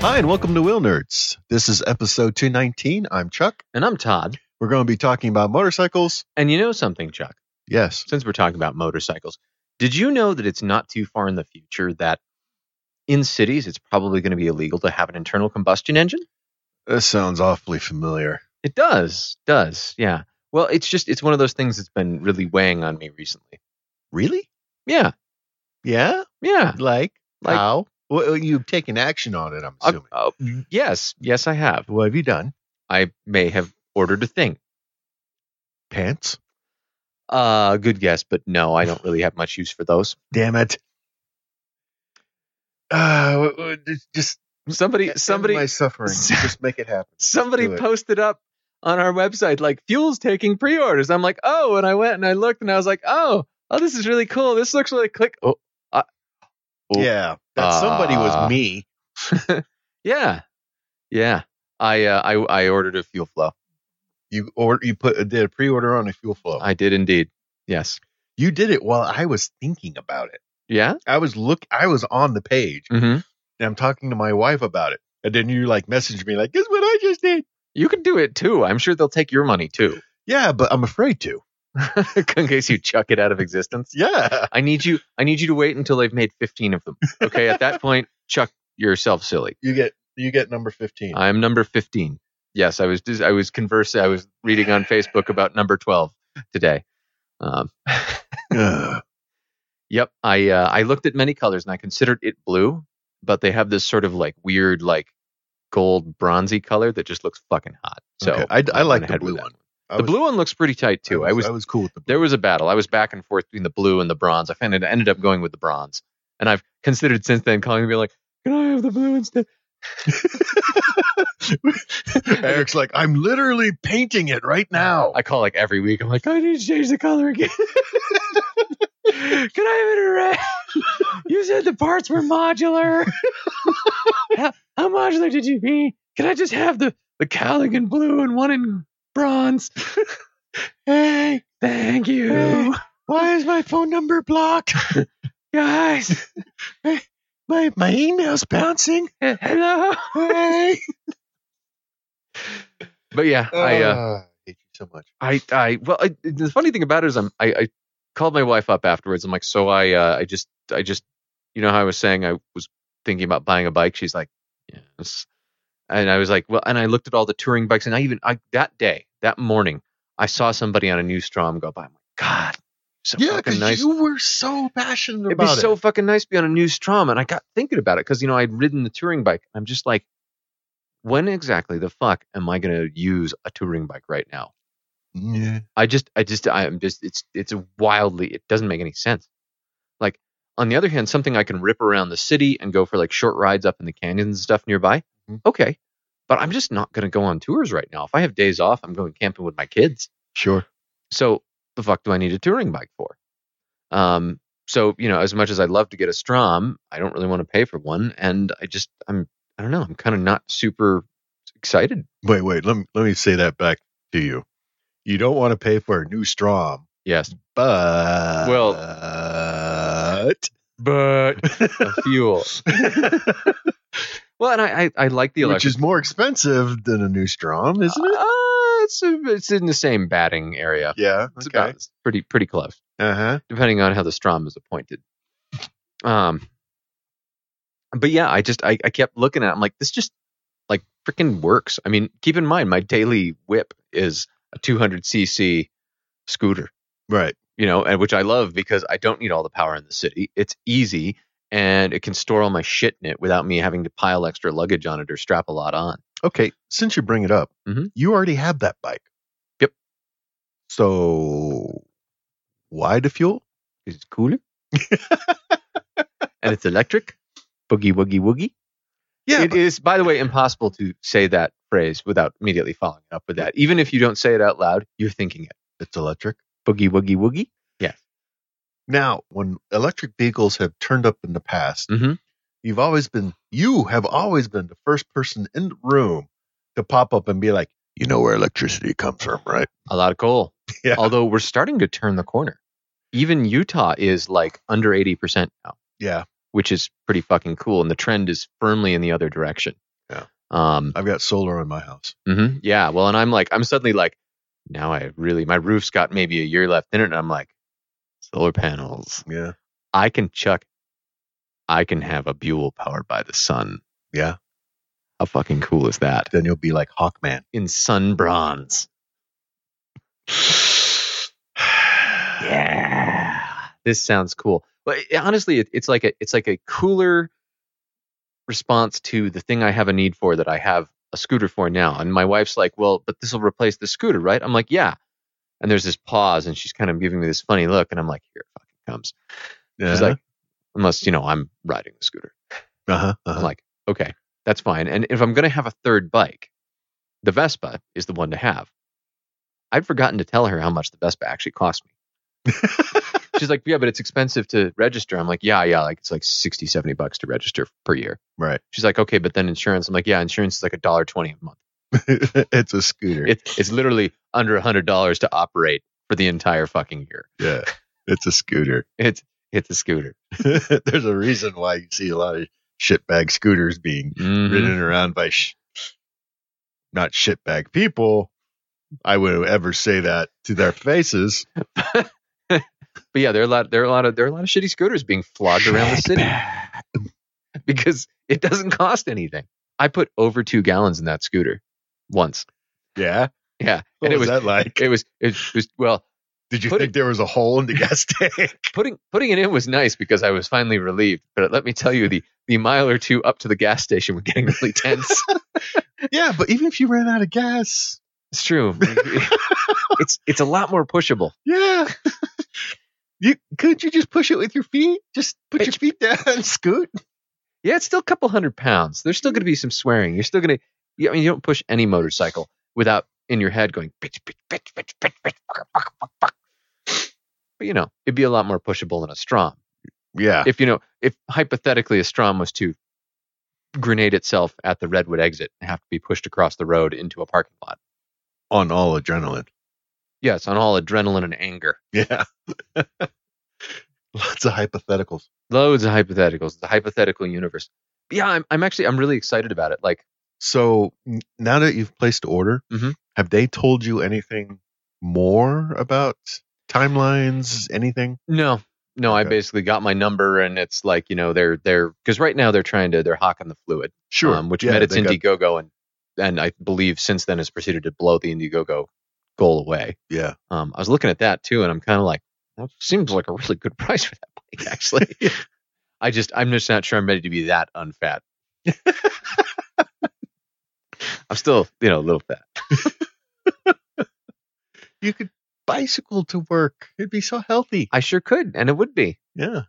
Hi, and welcome to Wheel Nerds. This is episode 219. I'm Chuck. And I'm Todd. We're going to be talking about motorcycles. And you know something, Chuck? Yes. Since we're talking about motorcycles, did you know that it's not too far in the future that in cities it's probably going to be illegal to have an internal combustion engine? This sounds awfully familiar. It does. Does. Yeah. Well, it's just it's one of those things that's been really weighing on me recently. Really? Yeah. Yeah? Yeah. Like, Like- how? Well, uh, you've taken action on it, I'm Uh, assuming. uh, yes. Yes, I have. what have you done? I may have ordered a thing. Pants? Uh, good guess, but no, I don't really have much use for those. Damn it. Uh, w- w- just- just Somebody, end somebody, my suffering. just make it happen. somebody Do it. posted up on our website like fuel's taking pre-orders i'm like oh and i went and i looked and i was like oh oh this is really cool this looks really click oh uh, oh, Yeah. That somebody Uh, was me. yeah yeah i uh, i i ordered a fuel flow You or you put did a pre-order on a fuel flow. i did indeed yes you did it while I was thinking about it. yeah I was look I was on the page mm-hmm. and I'm talking to my wife about it. And then you like message me like, guess what I just did? you can do it too i'm sure they'll take your money too Yeah, but I'm afraid to. in case you chuck it out of existence Yeah. i need you i need you to wait until they've made 15 of them okay at that point chuck yourself silly You get you get number fifteen. I'm number 15. Yes, I was dis- I was conversing. I was reading on Facebook about number 12 today. Um, Ugh. yep, I uh, I looked at many colors and I considered it blue, but they have this sort of like weird like gold bronzy color that just looks fucking hot. So Okay, I- I went like the ahead with blue that. one. I The was- blue one looks pretty tight too. I was, I was cool with the blue. there was a battle. I was back and forth between the blue and the bronze. I found it, ended up going with the bronze, and I've considered since then calling and being like, "Can I have the blue instead?" Eric's like, I'm literally painting it right now. I call like every week. I'm like, I need to change the color again. Can I have it in red? you said the parts were modular. how, how modular did you mean? Can I just have the the cowling in blue and one in bronze? hey, thank you, Hey. Why is my phone number blocked? guys. My my email's bouncing. Hello. Hey. But yeah, I uh, Ugh, Ah, hate you so much. I, I, well, I, the funny thing about it is, I'm, I, I called my wife up afterwards. I'm like, so I, uh, I just, I just, you know how I was saying I was thinking about buying a bike. She's like, yes. And I was like, well, and I looked at all the touring bikes, and I even, I that day, that morning, I saw somebody on a new Strom go by. I'm like, God, so Yeah, fucking because nice. you were so passionate It'd be about so it. fucking nice to be on a new Strom. And I got thinking about it because you know I'd ridden the touring bike. I'm just like, when exactly the fuck am I gonna use a touring bike right now? Yeah. I just, I just, I'm just, it's, it's wildly, it doesn't make any sense. Like, on the other hand, something I can rip around the city and go for like short rides up in the canyons and stuff nearby. Mhm. Okay. But I'm just not going to go on tours right now. If I have days off, I'm going camping with my kids. Sure. So the fuck do I need a touring bike for? Um, so, you know, as much as I'd love to get a Strom, I don't really want to pay for one. And I just, I'm, I don't know, I'm kind of not super excited. Wait, wait. Let me let me say that back to you. You don't want to pay for a new Strom, Yes. but Well- But fuel. Well, and I, I, I like the which electric is more expensive than a new Strom, isn't it? Uh, it's it's in the same batting area. Yeah. It's about Okay. it's pretty pretty close, Uh huh. depending on how the Strom is appointed. Um, but yeah, I just I, I kept looking at. It. I'm like, this just like freaking works. I mean, keep in mind my daily whip is a 200 cc scooter Right. you know, and which I love because I don't need all the power in the city. It's easy and it can store all my shit in it without me having to pile extra luggage on it or strap a lot on. Okay. Since you bring it up, Mhm. you already have that bike. Yep. So why the fuel? It's cooler. and it's electric. Boogie woogie woogie. Yeah. it is, by the way, impossible to say that phrase without immediately following it up with that. Even if you don't say it out loud, you're thinking it. it's electric. Boogie woogie woogie. Now, when electric vehicles have turned up in the past, Mhm. you've always been you have always been the first person in the room to pop up and be like, you know where electricity comes from, right? A lot of coal. Yeah. Although we're starting to turn the corner. Even Utah is like under 80% now. Yeah. which is pretty fucking cool. And the trend is firmly in the other direction. Um, I've got solar on my house. hmm Yeah. Well, and I'm like, I'm suddenly like, now I really, my roof's got maybe a year left in it. And I'm like, solar panels. Yeah. I can chuck, I can have a Buell powered by the sun. Yeah. How fucking cool is that? Then you'll be like Hawkman. In sun bronze. yeah this sounds cool but it- honestly it, it's like a it's like a cooler response to the thing i have a need for that i have a scooter for now and my wife's like well but this will replace the scooter right i'm like yeah and there's this pause and she's kind of giving me this funny look and i'm like here it fucking comes Yeah. she's like unless you know i'm riding the scooter uh-huh, i'm uh-huh. like okay that's fine and if i'm going to have a third bike the vespa is the one to have i'd forgotten to tell her how much the vespa actually cost me she's like yeah but it's expensive to register i'm like yeah yeah like it's like 60 70 bucks to register per year right. she's like okay but then insurance i'm like yeah insurance is like a dollar 20 a month it's a scooter. it, it's literally under a hundred dollars to operate for the entire fucking year yeah. It's a scooter. it's it's a scooter There's a reason why you see a lot of shitbag scooters being Mhm. ridden around by sh- not shitbag people. I would ever say that to their faces. but yeah there are a lot there are a lot of there are a lot of shitty scooters being flogged around the city Shitbag. because it doesn't cost anything i put over two gallons in that scooter once Yeah. yeah What and it was was that like? it was it was well Did you put think there was a hole in the gas tank? putting putting it in was nice because I was finally relieved. But let me tell you, the the mile or two up to the gas station were getting really tense. yeah, but even if you ran out of gas, it's true. it's it's a lot more pushable. yeah. You couldn't you just push it with your feet? Just put your Bitch. feet down and scoot. Yeah, it's still a couple hundred pounds. There's still going to be some swearing. You're still going to. I mean, you don't push any motorcycle without in your head going bitch bitch bitch bitch bitch bitch fuck fuck fuck fuck. But you know, it'd be a lot more pushable than a Strom. Yeah. If you know, if hypothetically a Strom was to grenade itself at the Redwood exit and have to be pushed across the road into a parking lot. On all adrenaline. Yes, on all adrenaline and anger. Yeah. Lots of hypotheticals. Loads of hypotheticals. The hypothetical universe. But yeah, I'm, I'm actually I'm really excited about it. Like, So n- now that you've placed order, Mhm. have they told you anything more about timelines? Anything? no, no, I Okay. basically got my number, and it's like you know they're they're because right now they're trying to they're hawking the fluid, Sure. um, which Yeah, met its they got- Indiegogo, and and I believe since then has proceeded to blow the Indiegogo goal away. yeah. Um, I was looking at that too, and I'm kind of like, that seems like a really good price for that bike, actually. I just, I'm just not sure I'm ready to be that unfat. I'm still, you know, a little fat. You could bicycle to work. It'd be so healthy. I sure could, and it would be. Yeah.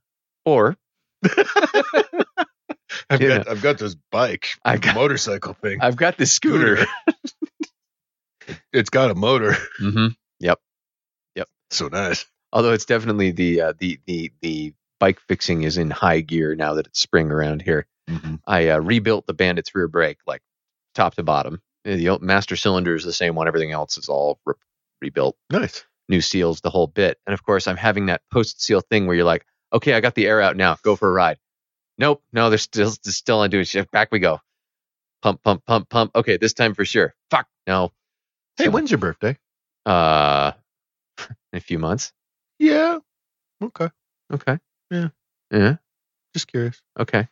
Or I've Yeah. got I've got this bike, I got- motorcycle thing. I've got this scooter. it's got a motor. mm-hmm. So nice. Although it's definitely the uh, the the the bike fixing is in high gear now that it's spring around here. Mm-hmm. I uh, rebuilt the Bandit's rear brake, like top to bottom. The old master cylinder is the same one. Everything else is all re- rebuilt, Nice. new seals, the whole bit. And of course, I'm having that post seal thing where you're like, okay, I got the air out now. Go for a ride. Nope, no, there's still there's still undoing shit. Back we go. Pump, pump, pump, pump. Okay, this time for sure. Fuck, no. Hey, So- when's your birthday? uh in a few months Yeah. Okay. okay Just curious. okay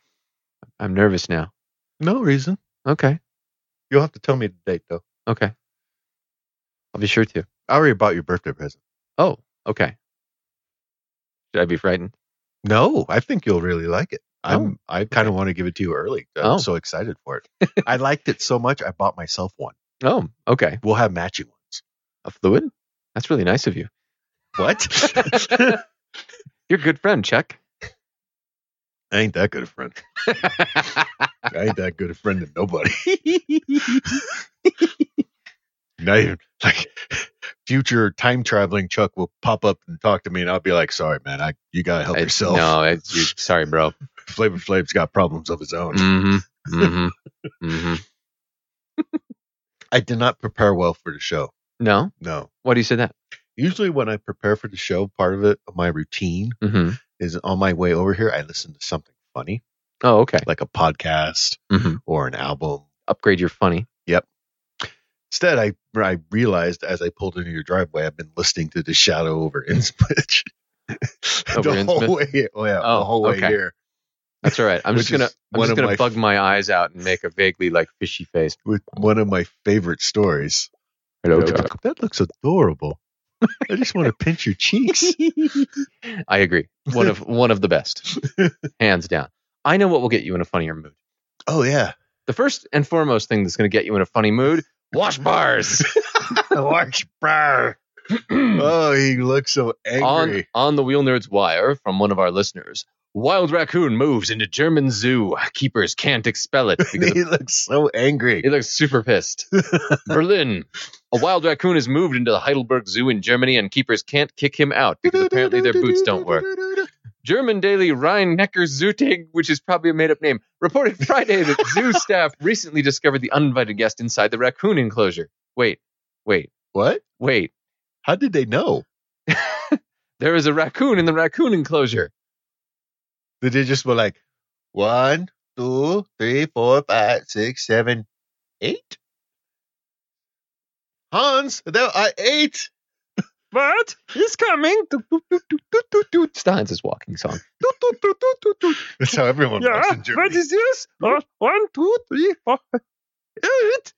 i'm nervous now No reason. okay You'll have to tell me the date though. okay i'll be sure to I already bought your birthday present. oh okay should i be frightened No, I think you'll really like it. Oh. I'm I kind of want to give it to you early. uh, I'm Oh. so excited for it. I liked it so much I bought myself one. oh okay We'll have matching ones. a fluid that's really nice of you What? you're a good friend chuck I ain't that good a friend. I ain't that good a friend to nobody. Not even like future time traveling Chuck will pop up and talk to me, and I'll be like, "Sorry, man, I you gotta help I- yourself." no it's, you sorry bro Flavor Flav's got problems of his own. mm-hmm mm-hmm mm-hmm I did not prepare well for the show. no No, why do you say that usually when I prepare for the show, part of it, my routine mm-hmm is on my way over here. I listen to something funny, oh okay like a podcast mm-hmm or an album upgrade your funny. Instead, I I realized as I pulled into your driveway, I've been listening to the shadow over Innsbridge. Mm. Over the whole way, oh yeah, Oh, the whole way okay. here, That's all right. I'm just Which is gonna I'm one just of gonna my- bug my eyes out and make a vaguely like fishy face. with one of my favorite stories. Hello, Jacob, that looks adorable. I just want to pinch your cheeks. I agree. One of one of the best, hands down. I know what will get you in a funnier mood. Oh yeah, The first and foremost thing that's going to get you in a funny mood: wash bars. watch Brr. Oh, he looks so on angry. on the Wheel Nerds wire from one of our listeners. Wild raccoon moves into German zoo. Keepers can't expel it because he looks so angry. He looks super pissed. Berlin. A wild raccoon has moved into the Heidelberg Zoo in Germany, and keepers can't kick him out because apparently their boots don't work. German daily Rhein Neckar Zootig, which is probably a made up name, reported Friday that zoo staff recently discovered the uninvited guest inside the raccoon enclosure. Wait, wait, What? wait. How did they know? There is a raccoon in the raccoon enclosure. Did they just were like one, two, three, four, five, six, seven, eight? Hans, there are eight. What? He's coming. Steins is walking song. That's how everyone walks in Germany. is this? one, two, three, four, eight.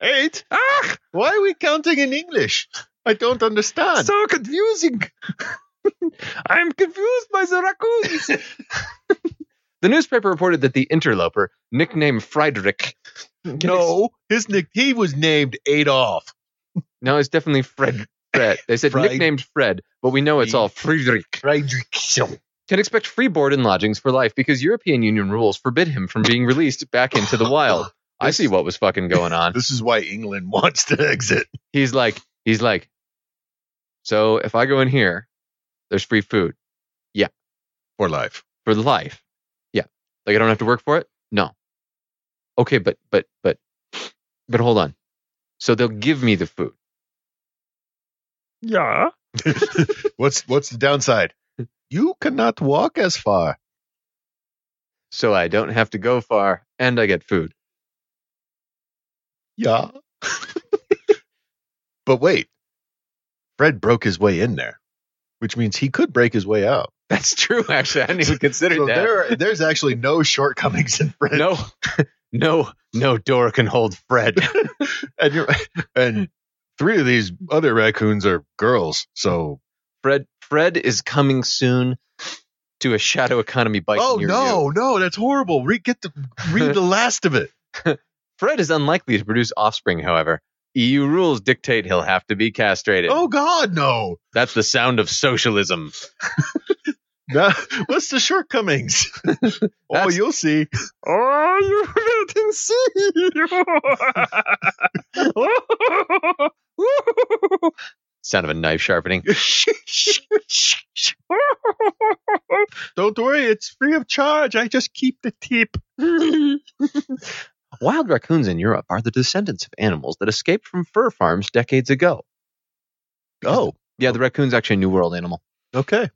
eight? Ah! Why are we counting in English? I don't understand. so confusing. I'm confused by the raccoons. the newspaper reported that the interloper, nicknamed Friedrich, no, his nick he was named Adolf. no, it's definitely Fred. Fred. They said Fried- nicknamed Fred, but we know it's all Friedrich. Friedrich. Can expect free board and lodgings for life because European Union rules forbid him from being released back into the wild. I see what was fucking going on. This is why England wants to exit. he's like he's like so if i go in here there's free food For life. for life yeah like i don't have to work for it no okay but but but but hold on so they'll give me the food yeah What's what's the downside? You cannot walk as far. so i don't have to go far and i get food Yeah. but wait, Fred broke his way in there, which means he could break his way out. that's true actually i didn't even consider So that there, are- there's actually no shortcomings in Fred. no no no door can hold fred And, you're, and three of these other raccoons are girls. So, fred fred is coming soon to a shadow economy bike oh near you. no, no, that's horrible. Read, get the read the last of it. Fred is unlikely to produce offspring, however. EU rules dictate he'll have to be castrated. Oh God, no. That's the sound of socialism. Now- what's the shortcomings? oh, That's- you'll see. Oh, you didn't see. sound of a knife sharpening. Don't worry, it's free of charge. I just keep the tip. Wild raccoons in Europe are the descendants of animals that escaped from fur farms decades ago. Oh, Yeah, the raccoon's actually a New World animal. okay.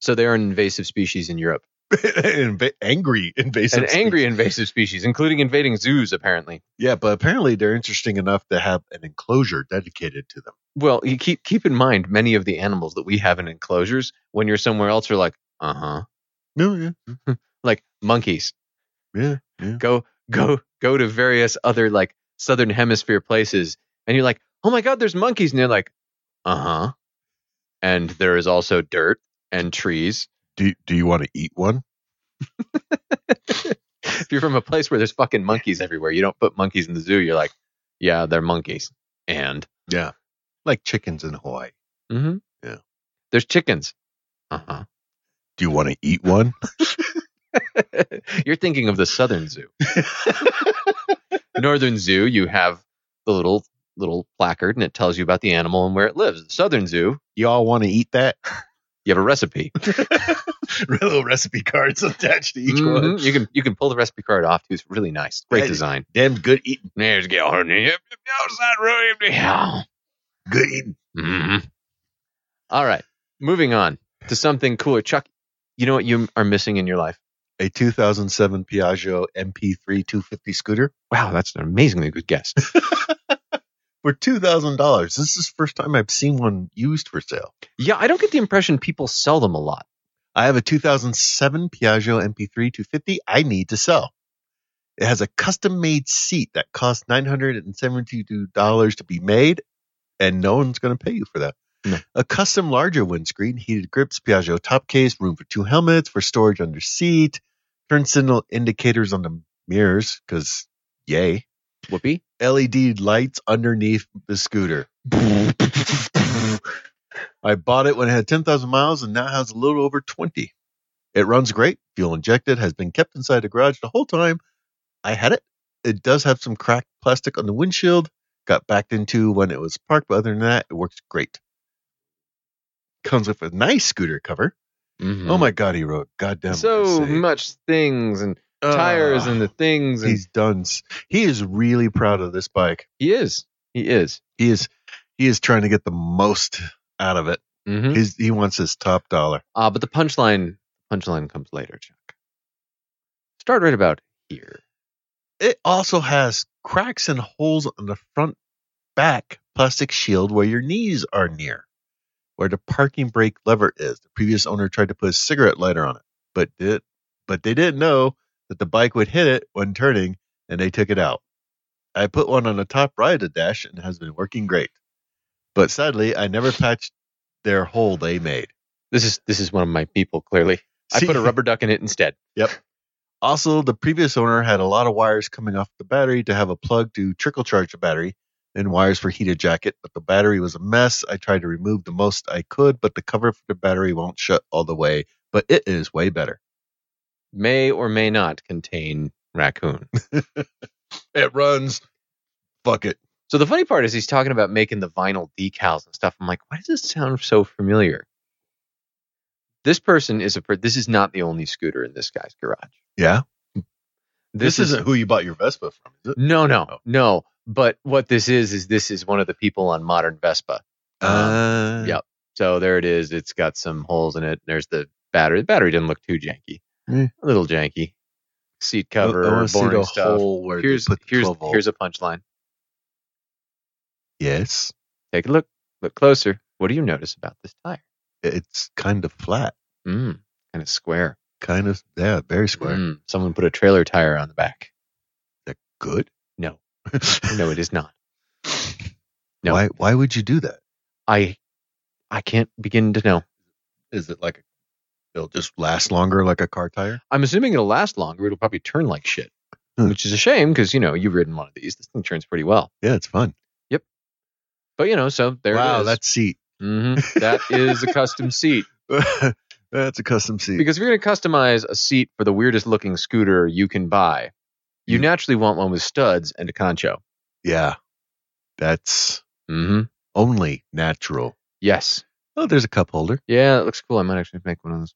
So they are an invasive species in Europe. Inva- angry invasive. An angry species. invasive species, including invading zoos, apparently. Yeah, but apparently they're interesting enough to have an enclosure dedicated to them. Well, you keep keep in mind many of the animals that we have in enclosures when you're somewhere else are like, uh huh. No, Like monkeys. Oh, Yeah, yeah. Go go go to various other like southern hemisphere places and you're like, Oh my god, there's monkeys and they're like, uh huh. And there is also dirt and trees. Do Do you want to eat one? If you're from a place where there's fucking monkeys everywhere, you don't put monkeys in the zoo, you're like, Yeah, they're monkeys. And Yeah, like chickens in Hawaii. mm-hmm. Yeah. There's chickens. Uh huh. Do you want to eat one? You're thinking of the Southern Zoo. Northern Zoo, you have the little little placard and it tells you about the animal and where it lives. The Southern Zoo, Y'all want to eat that? you have a recipe. Little recipe cards attached to each one. Mhm. You can you can pull the recipe card off too. It's really nice. Great That- design. Damn good eating. There's Gellhorn. Outside room. Yeah. Good eating. Mhm. All right. Moving on to something cooler. Chuck, you know what you are missing in your life? a 2007 Piaggio MP3 250 scooter Wow, that's an amazingly good guess. for $2,000. This is the first time I've seen one used for sale. yeah, I don't get the impression people sell them a lot. I have a 2007 Piaggio MP3 250 I need to sell. It has a custom made seat that costs $972 to be made, and no one's going to pay you for that. No. A custom larger windscreen, heated grips, Piaggio top case, room for two helmets, for storage under seat, turn signal indicators on the mirrors, because yay. Whoopee. LED lights underneath the scooter. Mm-hmm. I bought it when it had 10,000 miles and now has a little over 20. It runs great, fuel injected, has been kept inside the garage the whole time I had it. It does have some cracked plastic on the windshield, got backed into when it was parked, but other than that, it works great. Comes with a nice scooter cover. Mhm. Oh my God, he wrote. Goddamn. so what I say. much things and tires Ah, and the things. And He's done. He is really proud of this bike. he is. He is. He is, he is trying to get the most out of it. hmm He's, he wants his top dollar. Uh, but the punchline punchline comes later, Chuck. Start right about here. it also has cracks and holes on the front back plastic shield where your knees are near, where the parking brake lever is. The previous owner tried to put a cigarette lighter on it, but did but they didn't know that the bike would hit it when turning, and they took it out. I put one on the top right of the dash and it has been working great. But sadly, I never patched their hole they made. This is this is one of my people. Clearly, I See- put a rubber duck in it instead. Also, the previous owner had a lot of wires coming off the battery to have a plug to trickle charge the battery and wires for heated jacket, but the battery was a mess. I tried to remove the most I could, but the cover for the battery won't shut all the way, but it is way better. May or may not contain raccoon. It runs. Fuck it. So the funny part is he's talking about making the vinyl decals and stuff. I'm like, why does this sound so familiar? This person is a. per- This is not the only scooter in this guy's garage. Yeah. This, This, is isn't who you bought your Vespa from, is it? no, no, Oh. no. But what this is is this is one of the people on modern Vespa. Uh, yeah. So there it is. It's got some holes in it. There's the battery. The battery didn't look too janky. Eh. A little janky. Seat I- I cover, wanna boring see the stuff. hole where they here's put the here's 12 volt. here's a punchline. yes. Take a look. Look closer. What do you notice about this tire? It's kind of flat. Mm, kind of square. Kind of, yeah, very Hmm. square. Mm, someone put a trailer tire on the back. Good. No, no, it is not. No. Why, why would you do that? I I can't begin to know. is it like it'll just last longer like a car tire? I'm assuming it'll last longer. It'll probably turn like shit, Hmm. which is a shame because you know you've ridden one of these. This thing turns pretty well. Yeah, it's fun. But you know, so there it wow, is. that seat. Mhm. That is a custom seat. that's a custom seat. Because if you're going to customize a seat for the weirdest looking scooter you can buy, you Mm. naturally want one with studs and a concho. yeah. That's Mm-hmm. only natural. Yes. Oh, there's a cup holder. Yeah, it looks cool. I might actually make one of those.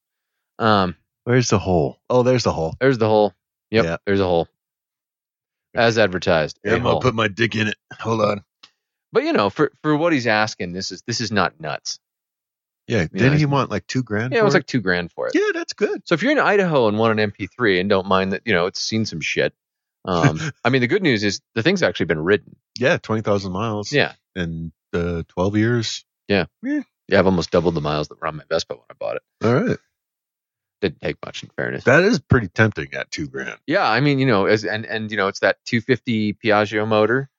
Um, Where's the hole? Oh, there's the hole. there's the hole. Yep. Yeah. There's a hole. As advertised. a I'm gonna hole. put my dick in it. Hold on. but you know, for, for what he's asking, this is this is not nuts. Yeah. Didn't I- he want like two grand? Yeah, it for was like two grand for it. Yeah, that's good. So if you're in Idaho and want an MP3 and don't mind that, you know, it's seen some shit. Um, I mean, the good news is the thing's actually been ridden. Yeah, twenty thousand miles. Yeah. And uh, twelve years. Yeah, I've almost doubled the miles that were on my Vespa when I bought it. All right. Didn't take much, in fairness. That is pretty tempting at two grand. yeah, I mean, you know, as and and you know, it's that 250 Piaggio motor,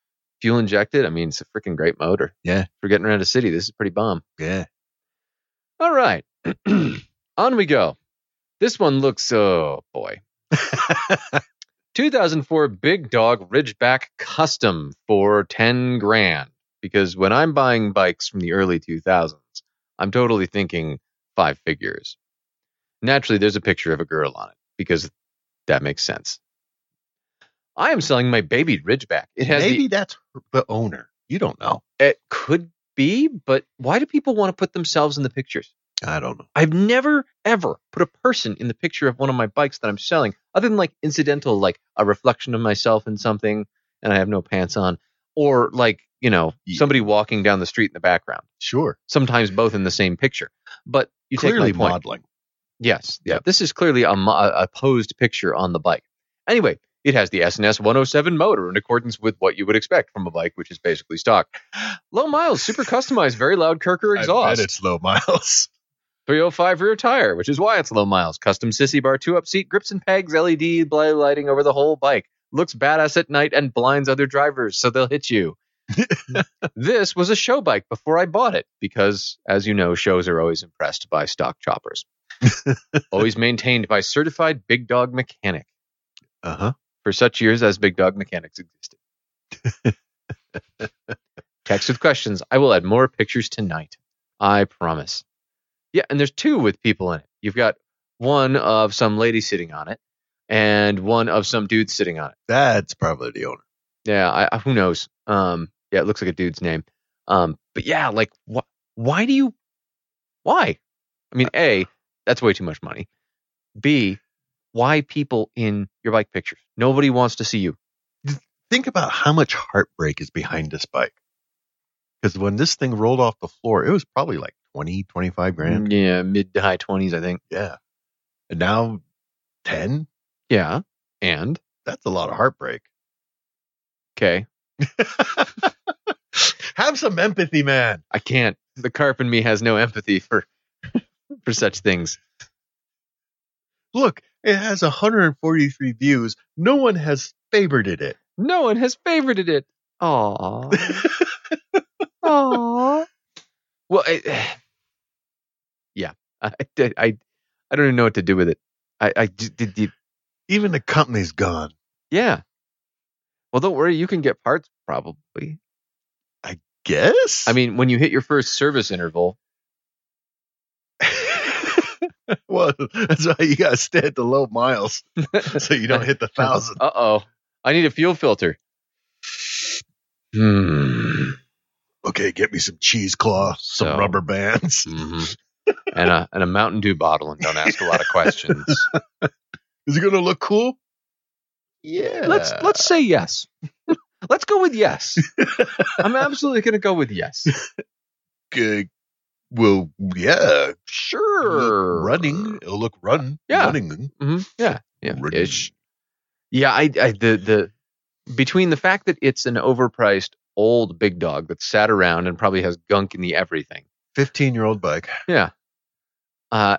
fuel injected. I mean, it's a freaking great motor. Yeah. for getting around a city, this is pretty bomb. Yeah. All right, on we go. This one looks, oh boy, 2004 Big Dog Ridgeback Custom for 10 grand. Because when I'm buying bikes from the early 2000s, I'm totally thinking five figures. Naturally, there's a picture of a girl on it because that makes sense. I am selling my baby Ridgeback. It has Maybe the, that's the owner. You don't know. it could be, but why do people want to put themselves in the pictures? I don't know. I've never ever put a person in the picture of one of my bikes that I'm selling, other than like incidental, like a reflection of myself in something, and I have no pants on, or like you know Yeah. somebody walking down the street in the background. Sure. Sometimes both in the same picture, but you Mm. Clearly take my point. modeling. Yes. Yeah. Yep. This is clearly a, mo- a posed picture on the bike. Anyway, it has the SNS 107 motor in accordance with what you would expect from a bike, which is basically stock. Low miles, super customized, very loud Kirker I bet exhaust. it's low miles. 305 rear tire, which is why it's low miles. Custom sissy bar, two up seat, grips and pegs, LED bla- lighting over the whole bike. Looks badass at night and blinds other drivers, so they'll hit you. this was a show bike before I bought it because, as you know, shows are always impressed by stock choppers. always maintained by certified big dog mechanic Uh huh. for such years as Big Dog Mechanics existed. Text with questions. I will add more pictures tonight. I promise. Yeah, and there's two with people in it. You've got one of some lady sitting on it, and one of some dude sitting on it. That's probably the owner. Yeah, I, I- who knows? Um, yeah, it looks like a dude's name. Um, but yeah, like, wh- why do you? Why? I mean, a, that's way too much money. B, why people in your bike pictures? Nobody wants to see you. Think about how much heartbreak is behind this bike. Because when this thing rolled off the floor, it was probably like 20, 25 grand. Mm, Yeah, mid to high twenties, I think. Yeah. And now 10? Yeah, and That's a lot of heartbreak. okay, Have some empathy, man. I can't. The carp in me has no empathy for for such things. Look, it has 143 views. No one has favorited it. No one has favorited it. Aww, aww. Well, I, yeah, I, I, I don't even know what to do with it. I, I j- did, did- Even the company's gone. yeah. Well, don't worry, you can get parts probably. Guess? I mean, when you hit your first service interval, well, that's why you got to stay at the low miles so you don't hit the thousand. Uh oh. I need a fuel filter. Hmm. Okay, get me some cheesecloth, some So- rubber bands. Mhm. and, a, and a Mountain Dew bottle and don't ask a lot of questions. Is it going to look cool? Yeah. Let's let's say yes. let's go with yes. I'm absolutely gonna go with yes. Uh, well, yeah. Sure. Running. It'll look run. Yeah. Running. hmm Yeah. Yeah. Running. Ish. Yeah, I, I the the between the fact that it's an overpriced old big dog that sat around and probably has gunk in the everything. 15 year old bike Uh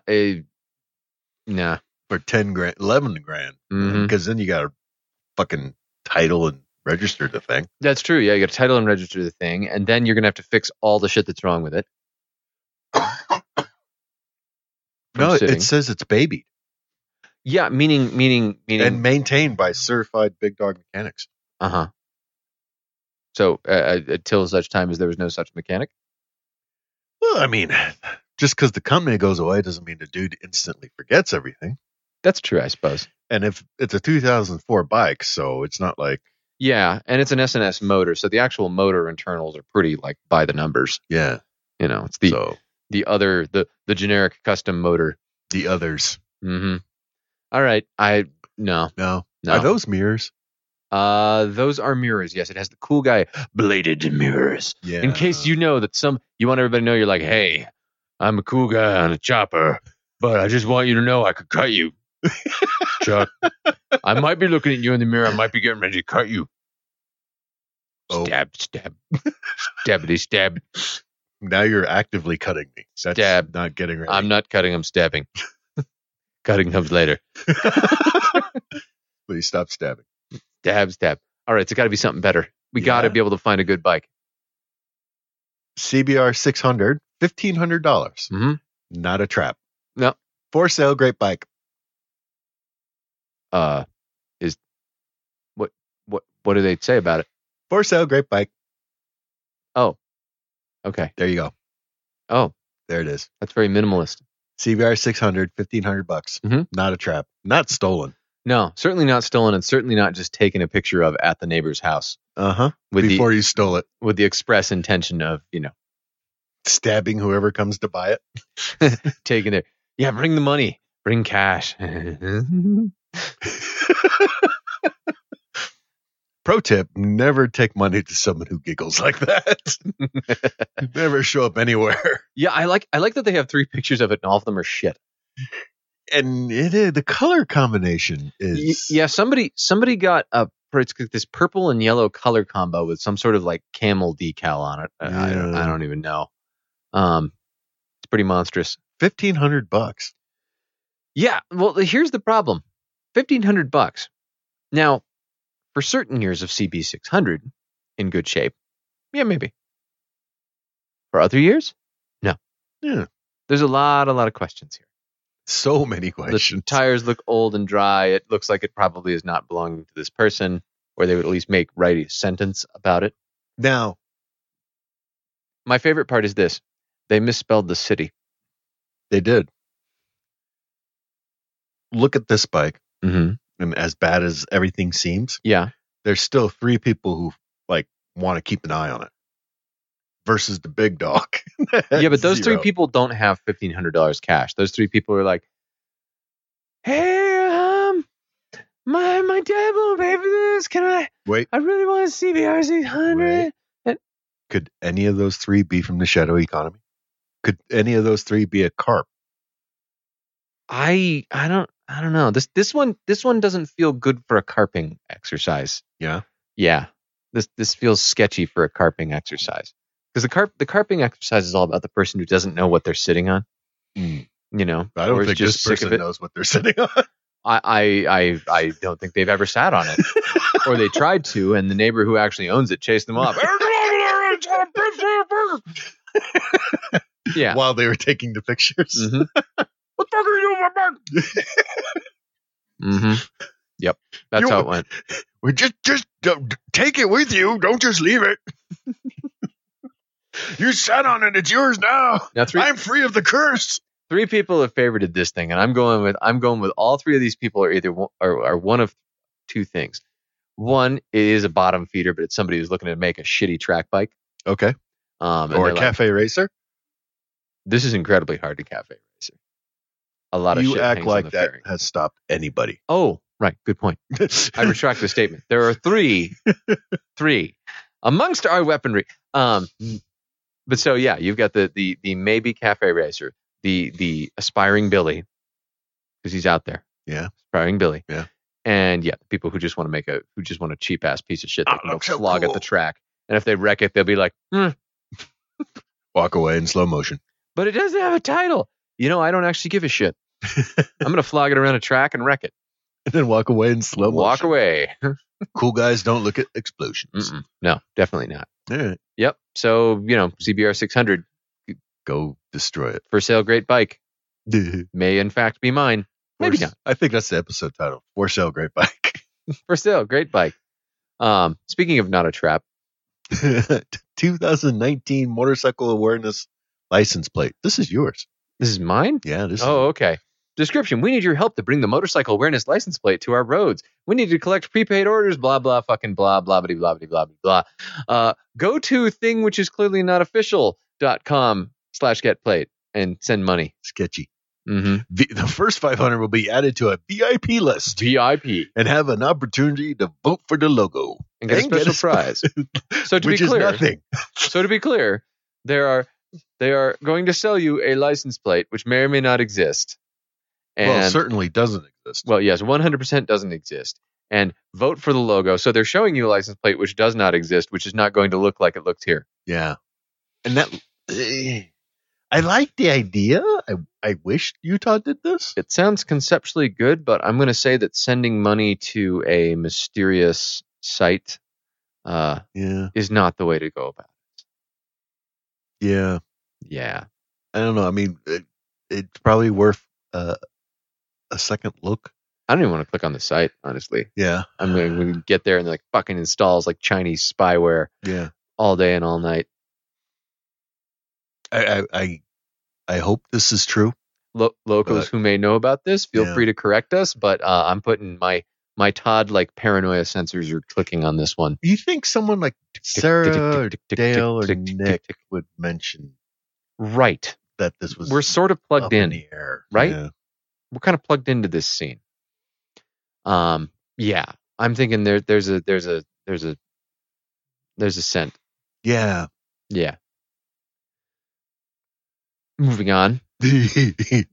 eh, nah. for 10 grand, 11 grand. Mhm. Because then you got to fucking title and register the thing. That's true. Yeah, you got to title and register the thing, and then you're gonna have to fix all the shit that's wrong with it. from no, it- sitting. it says it's baby yeah, meaning, meaning, meaning. and maintained by certified big dog mechanics. uh huh. So uh, uh, until such time as there was no such mechanic. Well, I mean, just because the company goes away doesn't mean the dude instantly forgets everything. That's true, I suppose. And if it's a 2004 bike, so it's not like, Yeah, and it's an SNS motor, so the actual motor internals are pretty like by the numbers. yeah. You know, it's the so the other the the generic custom motor. the others, Mm-hmm. All right, I no no. no. Are those mirrors? uh, those are mirrors. Yes, it has the cool guy bladed mirrors. Yeah. in case you know that some you want everybody to know you're like hey i'm a cool guy on a chopper but i just want you to know i could cut you chuck i might be looking at you in the mirror i might be getting ready to cut you Oh. stab stab stabity stab now you're actively cutting me. That's Stab. not getting ready. i'm not cutting i'm stabbing cutting comes later Please stop stabbing. stab stab all right it's got to be something better we got to Yeah. be able to find a good bike CBR 600, $1,500. dollars Mhm. Not a trap. No. For sale, great bike. uh is what what what do they say about it For sale, great bike. okay There you go. oh There it is. that's very minimalist CBR 600, 1500 bucks. Mhm. Not a trap. Not stolen. No, certainly not stolen, and certainly not just taken a picture of at the neighbor's house Uh huh. Uh-huh. with Before you stole it, the with the express intention of you know stabbing whoever comes to buy it. taking it. Yeah, bring the money, bring cash. yeah, Pro tip never take money to someone who giggles like that. never show up anywhere. I like I like that they have three pictures of it, and all of them are shit. and it, is- the color combination Y- is yeah, somebody somebody got a it's got this purple and yellow color combo with some sort of like camel decal on it. I- I, don't, Yeah. I don't even know. Um, it's pretty monstrous. fifteen hundred bucks. Yeah. Well, here's the problem: fifteen hundred bucks. Now, for certain years of CB six hundred in good shape, yeah, maybe. For other years, no. Yeah. There's a lot, a lot of questions here. So many the questions. tires look old and dry. It looks like it probably is not belonging to this person, or they would at least make write a sentence about it. now, My favorite part is this: they misspelled the city. They did. Look at this bike, Mm-hmm. and as bad as everything seems, Yeah, there's still three people who like want to keep an eye on it. Versus the big dog. yeah, but those Zero. three people don't have fifteen hundred dollars cash. Those three people are like, "Hey, um, my my dad won't pay for this. Can I? Wait, I really want a CBR six hundred. Right. could any of those three be from the shadow economy? Could any of those three be a carp? I I don't I don't know. This this one this one doesn't feel good for a carping exercise. Yeah? Yeah. This this feels sketchy for a carping exercise. Because the carp the carping exercise is all about the person who doesn't know what they're sitting on. Mm. You know, I don't Hmm. or is think just this sick of person it. knows what they're sitting on. I, I I I don't think they've ever sat on it, or they tried to, and the neighbor who actually owns it chased them off. yeah, While they were taking the pictures. Mhm. What the fuck are you doing with my bike? hmm yep, that's You- how it went. Well, just just don't- take it with you. Don't just leave it. you sat on it. It's yours now. Now three I'm free of the curse. three people have favorited this thing, and I'm going with I'm going with all three of these people are either one, are, are one of two things. One it is a bottom feeder, but it's somebody who's looking to make a shitty track bike. Okay. Um, and or they're a like, cafe racer. this is incredibly hard to cafe racer. A lot of you shit act hangs on like the that fairing. has stopped anybody. Oh, right, good point. I retract the statement. There are three, three amongst our weaponry. Um, but so yeah, you've got the the the maybe cafe racer, the the aspiring Billy, because he's out there. Yeah. aspiring Billy. Yeah. and yeah, the people who just want to make a who just want a cheap ass piece of shit Oh, that can go looks so flog at cool. the track, and if they wreck it, they'll be like, "Hmm, Walk away in slow motion. but it doesn't have a title. You know, I don't actually give a shit. I'm gonna flog it around a track and wreck it. And then walk away in slow Walk motion. away. Cool guys don't look at explosions. Mm-mm. no, definitely not. All right. Yep. So you know, CBR 600. Go destroy it. for sale great bike For may in fact be mine. Maybe s- not. I think that's the episode title. For sale, great bike. For sale great bike. Um, speaking of not a trap, 2019 motorcycle awareness license plate. This is yours. this is mine. Yeah, this Oh, okay. Description: We need your help to bring the motorcycle awareness license plate to our roads. We need to collect prepaid orders. Blah blah fucking blah blah blah blah blah blah blah. Uh, go to thing which is clearly not official dot com slash get plate and send money. is sketchy. Mm-hmm. V- the first 500 will be added to a VIP list VIP and have an opportunity to vote for the logo, and get a And get special a sp- prize. So to which be is clear, nothing. So to be clear, there are they are going to sell you a license plate which may or may not exist. And well, certainly doesn't exist. well, yes, 100% doesn't exist. And vote for the logo. So they're showing you a license plate which does not exist, which is not going to look like it looks here. yeah, and that eh, I like the idea. I I wish Utah did this. It sounds conceptually good, but I'm going to say that sending money to a mysterious site uh, Yeah, is not the way to go about. yeah. It. Yeah. I don't know. I mean, it, it's probably worth uh, a second look. I don't even want to click on the site, honestly. Yeah, I'm going to get there and like fucking installs like Chinese spyware yeah. all day and all night. I I I, I hope this is true. lo- locals But- who may know about this, feel Yeah. free to correct us. But uh, I'm putting my my Todd like paranoia sensors are clicking on this one. You think someone like Tick, Sarah or tick, tick, tick, tick, Dale or tick, tick, tick, Nick tick. would mention Right, that this was we're sort of plugged up in. the air, right? Yeah. We're kind of plugged into this scene. Um, yeah, I'm thinking there there's a there's a there's a there's a scent. Yeah. Yeah. Moving on. hey,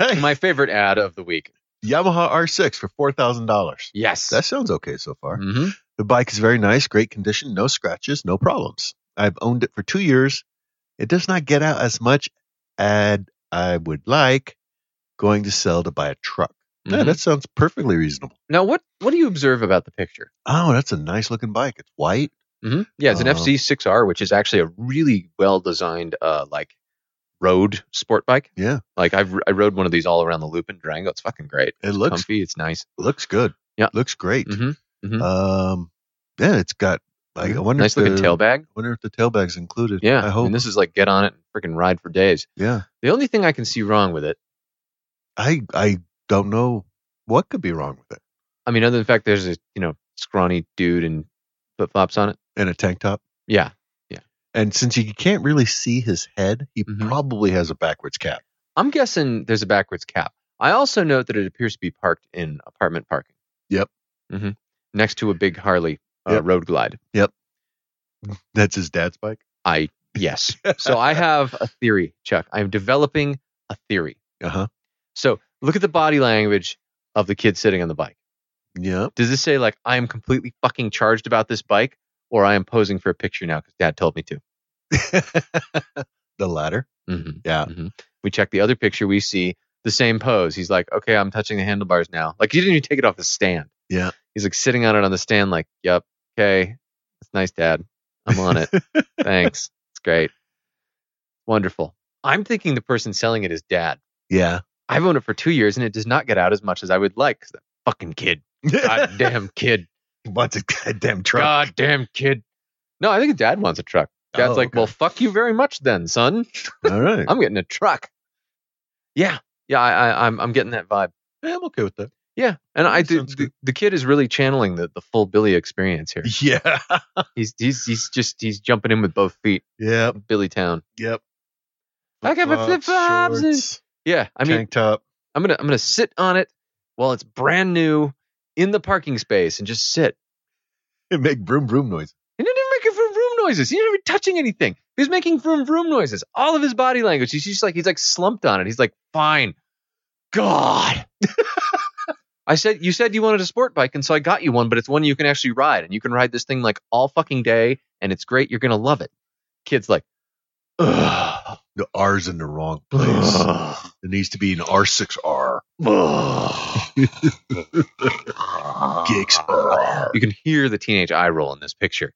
My favorite ad of the week. Yamaha R6 for four thousand dollars. Yes. That sounds okay so far. hmm The bike is very nice, great condition, no scratches, no problems. I've owned it for two years. It does not get out as much as I would like. Going to sell to buy a truck. Yeah, that sounds perfectly reasonable. Mm-hmm. Now, what what do you observe about the picture? Oh, that's a nice looking bike. It's white. Mm-hmm. Yeah, it's an Uh-huh. FC6R, which is actually a really well designed, uh, like road sport bike. Yeah. Like I've I rode one of these all around the loop in Durango. It's fucking great. It looks Comfy. It's nice. looks good. Yeah. looks great. Mm-hmm. Um, yeah, it's got. Like, I wonder nice if looking the, tail bag. Wonder if the tailbag's included. Yeah. I hope. And this is like get on it and freaking ride for days. yeah, The only thing I can see wrong with it, I I don't know what could be wrong with it. I mean, other than the fact there's a you know scrawny dude in flip flops on it. And a tank top. Yeah. And since you can't really see his head, he Mhm. probably has a backwards cap. I'm guessing there's a backwards cap. I also note that it appears to be parked in apartment parking. Yep. hmm Next to a big Harley uh, Yep. Road Glide. That's his dad's bike. I yes. so I have a theory, Chuck. I'm developing a theory. Uh huh. So look at the body language of the kid sitting on the bike. Yeah. Does this say like I am completely fucking charged about this bike, or I am posing for a picture now because Dad told me to? the latter. Mm-hmm. Yeah. hmm We check the other picture. We see the same pose. He's like, okay, I'm touching the handlebars now. Like, he didn't even take it off the stand. Yeah. He's like sitting on it on the stand, like, yep, okay. That's nice, Dad. I'm on it. Thanks. It's great. Wonderful. I'm thinking the person selling it is Dad. Yeah. I've owned it for two years and it does not get out as much as I would like 'cause that fucking kid. Goddamn kid. He wants a goddamn truck. Goddamn kid. No, I think Dad wants a truck. Dad's Oh, like, okay. well, fuck you very much then, son. All right. I'm getting a truck. Yeah, yeah, I, I, I'm I'm getting that vibe. Yeah, I'm okay with that. Yeah, and I That do. sounds The, good. the kid is really channeling the, the full Billy experience here. Yeah. He's he's he's just he's jumping in with both feet, Yep. Billy Town. Yep. I got my flip-flops and- shorts, Yeah, I mean, tank top. I'm gonna I'm gonna sit on it while it's brand new in the parking space and just sit. And make broom broom noise. He didn't even make vroom vroom noises. He didn't even touching anything. He was making vroom vroom noises. All of his body language. He's just like he's like slumped on it. He's like, fine. God. I said you said you wanted a sport bike, and so I got you one, but it's one you can actually ride, and you can ride this thing like all fucking day, and it's great. You're gonna love it. Kid's like, ugh. The R's in the wrong place. It needs to be an R6R. Gigs. R. You can hear the teenage eye roll in this picture,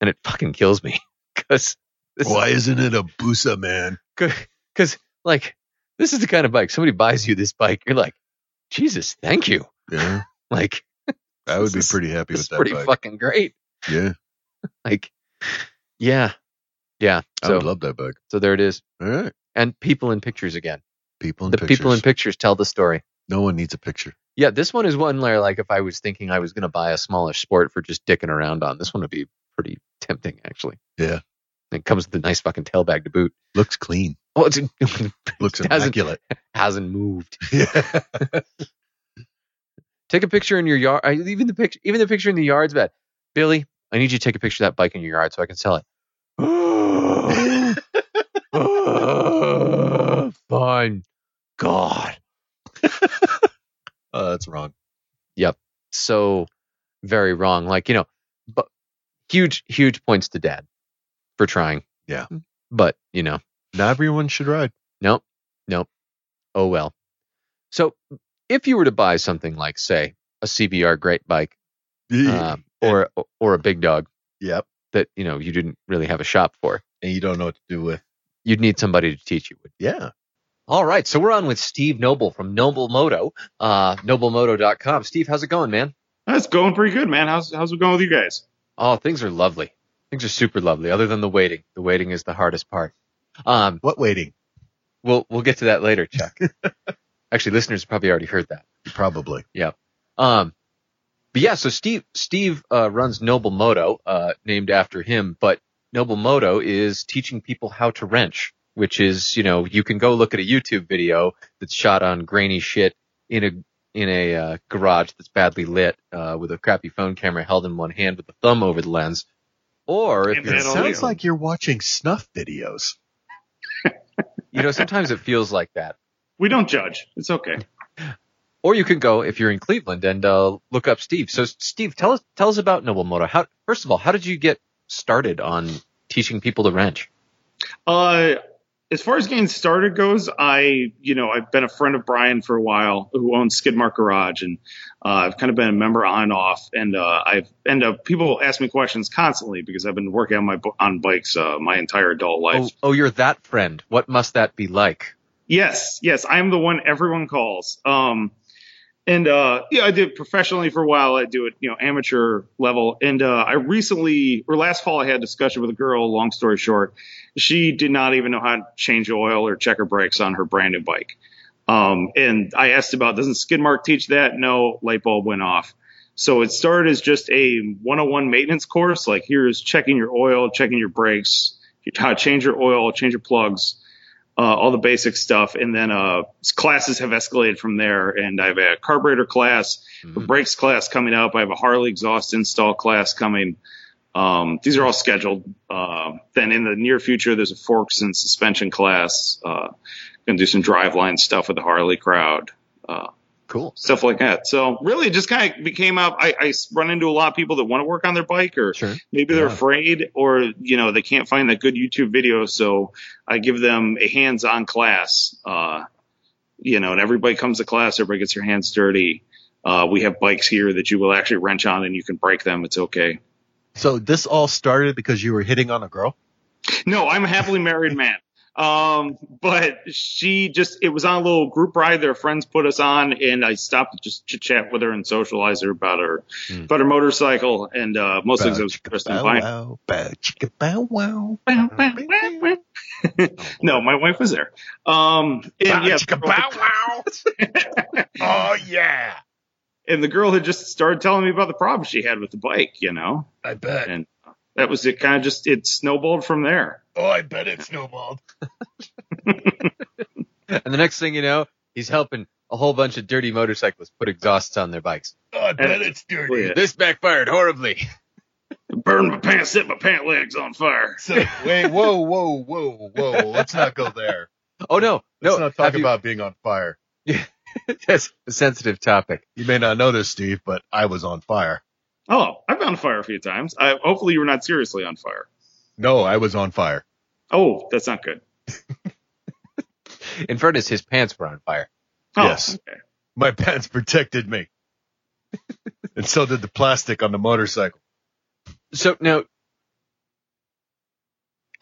and it fucking kills me because Why isn't it a Busa, man? because like this is the kind of bike somebody buys you this bike you're like jesus thank you Yeah. like I would This be is- pretty happy it's with that pretty bike. fucking great yeah. like yeah yeah I so would love that bike. so there it is All right. and people in pictures again People in the pictures. people in pictures tell the story no one needs a picture. yeah this one is one where like if i was thinking i was going to buy a smallish sport for just dicking around on this one would be pretty tempting actually Yeah. it comes with a nice fucking tailbag to boot Looks clean. oh it's Looks It hasn't- immaculate. hasn't moved yeah. Take a picture in your yard. I- Even the picture, even the picture in the yard's bad. Billy, I need you to take a picture of that bike in your yard so I can sell it. Oh, Fine. God. Uh, that's wrong. So very wrong. Like you know, but huge, huge points to Dad for trying. Yeah. But you know, Not everyone should ride. Nope. Nope. Oh well. So if you were to buy something like, say, a CBR great bike uh, or or a big dog yep. that you know you didn't really have a shop for, And you don't know what to do with. you'd need somebody to teach you. Yeah. All right, so we're on with Steve Noble from Noble Moto, uh, noblemoto.com. Steve, how's it going, man? That's going pretty good, man. How's how's it going with you guys? Oh, things are lovely. Things are super lovely. Other than the waiting, the waiting is the hardest part. Um, What waiting? we'll we'll get to that later, Chuck. Actually, listeners probably already heard that. Probably. Um, but yeah, so Steve Steve uh, runs Noble Moto, uh, named after him. But Noble Moto is teaching people how to wrench, which is you know you can go look at a YouTube video that's shot on grainy shit in a in a uh, garage that's badly lit uh, with a crappy phone camera held in one hand with a thumb over the lens, or if And you're It It that'll selling- sounds like you're watching snuff videos. you know, sometimes it feels like that. We don't judge. It's okay. Or you can go if you're in Cleveland and uh, look up Steve. So Steve, tell us tell us about Noble Moto. How first of all, how did you get started on teaching people to wrench? Uh, as far as getting started goes, I you know I've been a friend of Brian for a while, who owns Skidmark Garage, and uh, I've kind of been a member on and off. And uh, I've and uh, people ask me questions constantly because I've been working on my bo- on bikes uh, my entire adult life. Oh, oh, you're that friend. What must that be like? Yes, yes, I am the one everyone calls. Um, and uh, yeah, I did it professionally for a while. I do it, you know, amateur level. And uh, I recently, or last fall, I had a discussion with a girl. Long story short, she did not even know how to change oil or check her brakes on her brand new bike. Um, and I asked about, doesn't Skidmark teach that? No, light bulb went off. So it started as just a 101 maintenance course. Like here's checking your oil, checking your brakes, how to change your oil, change your plugs uh, all the basic stuff, and then uh, classes have escalated from there. And I have a carburetor class, Mm-hmm. a brakes class coming up. I have a Harley exhaust install class coming. Um, these are all scheduled. Uh, then in the near future, there's a forks and suspension class. Uh, gonna do some driveline stuff with the Harley crowd. Uh, Cool. stuff like that. So really, it just kind of became up. I, I s- run into a lot of people that want to work on their bike, or Sure. maybe they're Yeah. afraid, or you know they can't find that good YouTube video. So I give them a hands-on class. Uh, you know, and everybody comes to class. Everybody gets their hands dirty. Uh, we have bikes here that you will actually wrench on, and you can break them. It's okay. So this all started because you were hitting on a girl. No, I'm a happily married man. Um, but she just, it was on a little group ride their friends put us on and I stopped to just chit chat with her and socialize her about her, Hmm. about her motorcycle. And, uh, most things I was Bow, chicka, interested in bow, buying. wow, bow, chicka, bow, wow. No, my wife was there. Um, and Bow, yeah, chicka, bow, wow. oh yeah, and the girl had just started telling me about the problem she had with the bike, you know, I bet. and that was it kind of just, it snowballed from there. Oh, I bet it snowballed. And the next thing you know, he's helping a whole bunch of dirty motorcyclists put exhausts on their bikes. Oh, I bet it's dirty. This backfired horribly. Burned my pants, set my pant legs on fire. So wait, whoa, whoa, whoa, whoa. Let's not go there. Oh no, no. Let's not talk have you- about being on fire. that's a sensitive topic. You may not notice, Steve, but I was on fire. Oh, I've been on fire a few times. I, hopefully you were not seriously on fire. No, I was on fire. Oh, that's not good. In fairness, his pants were on fire. Oh, Yes. okay. My pants protected me. and so did the plastic on the motorcycle. So now,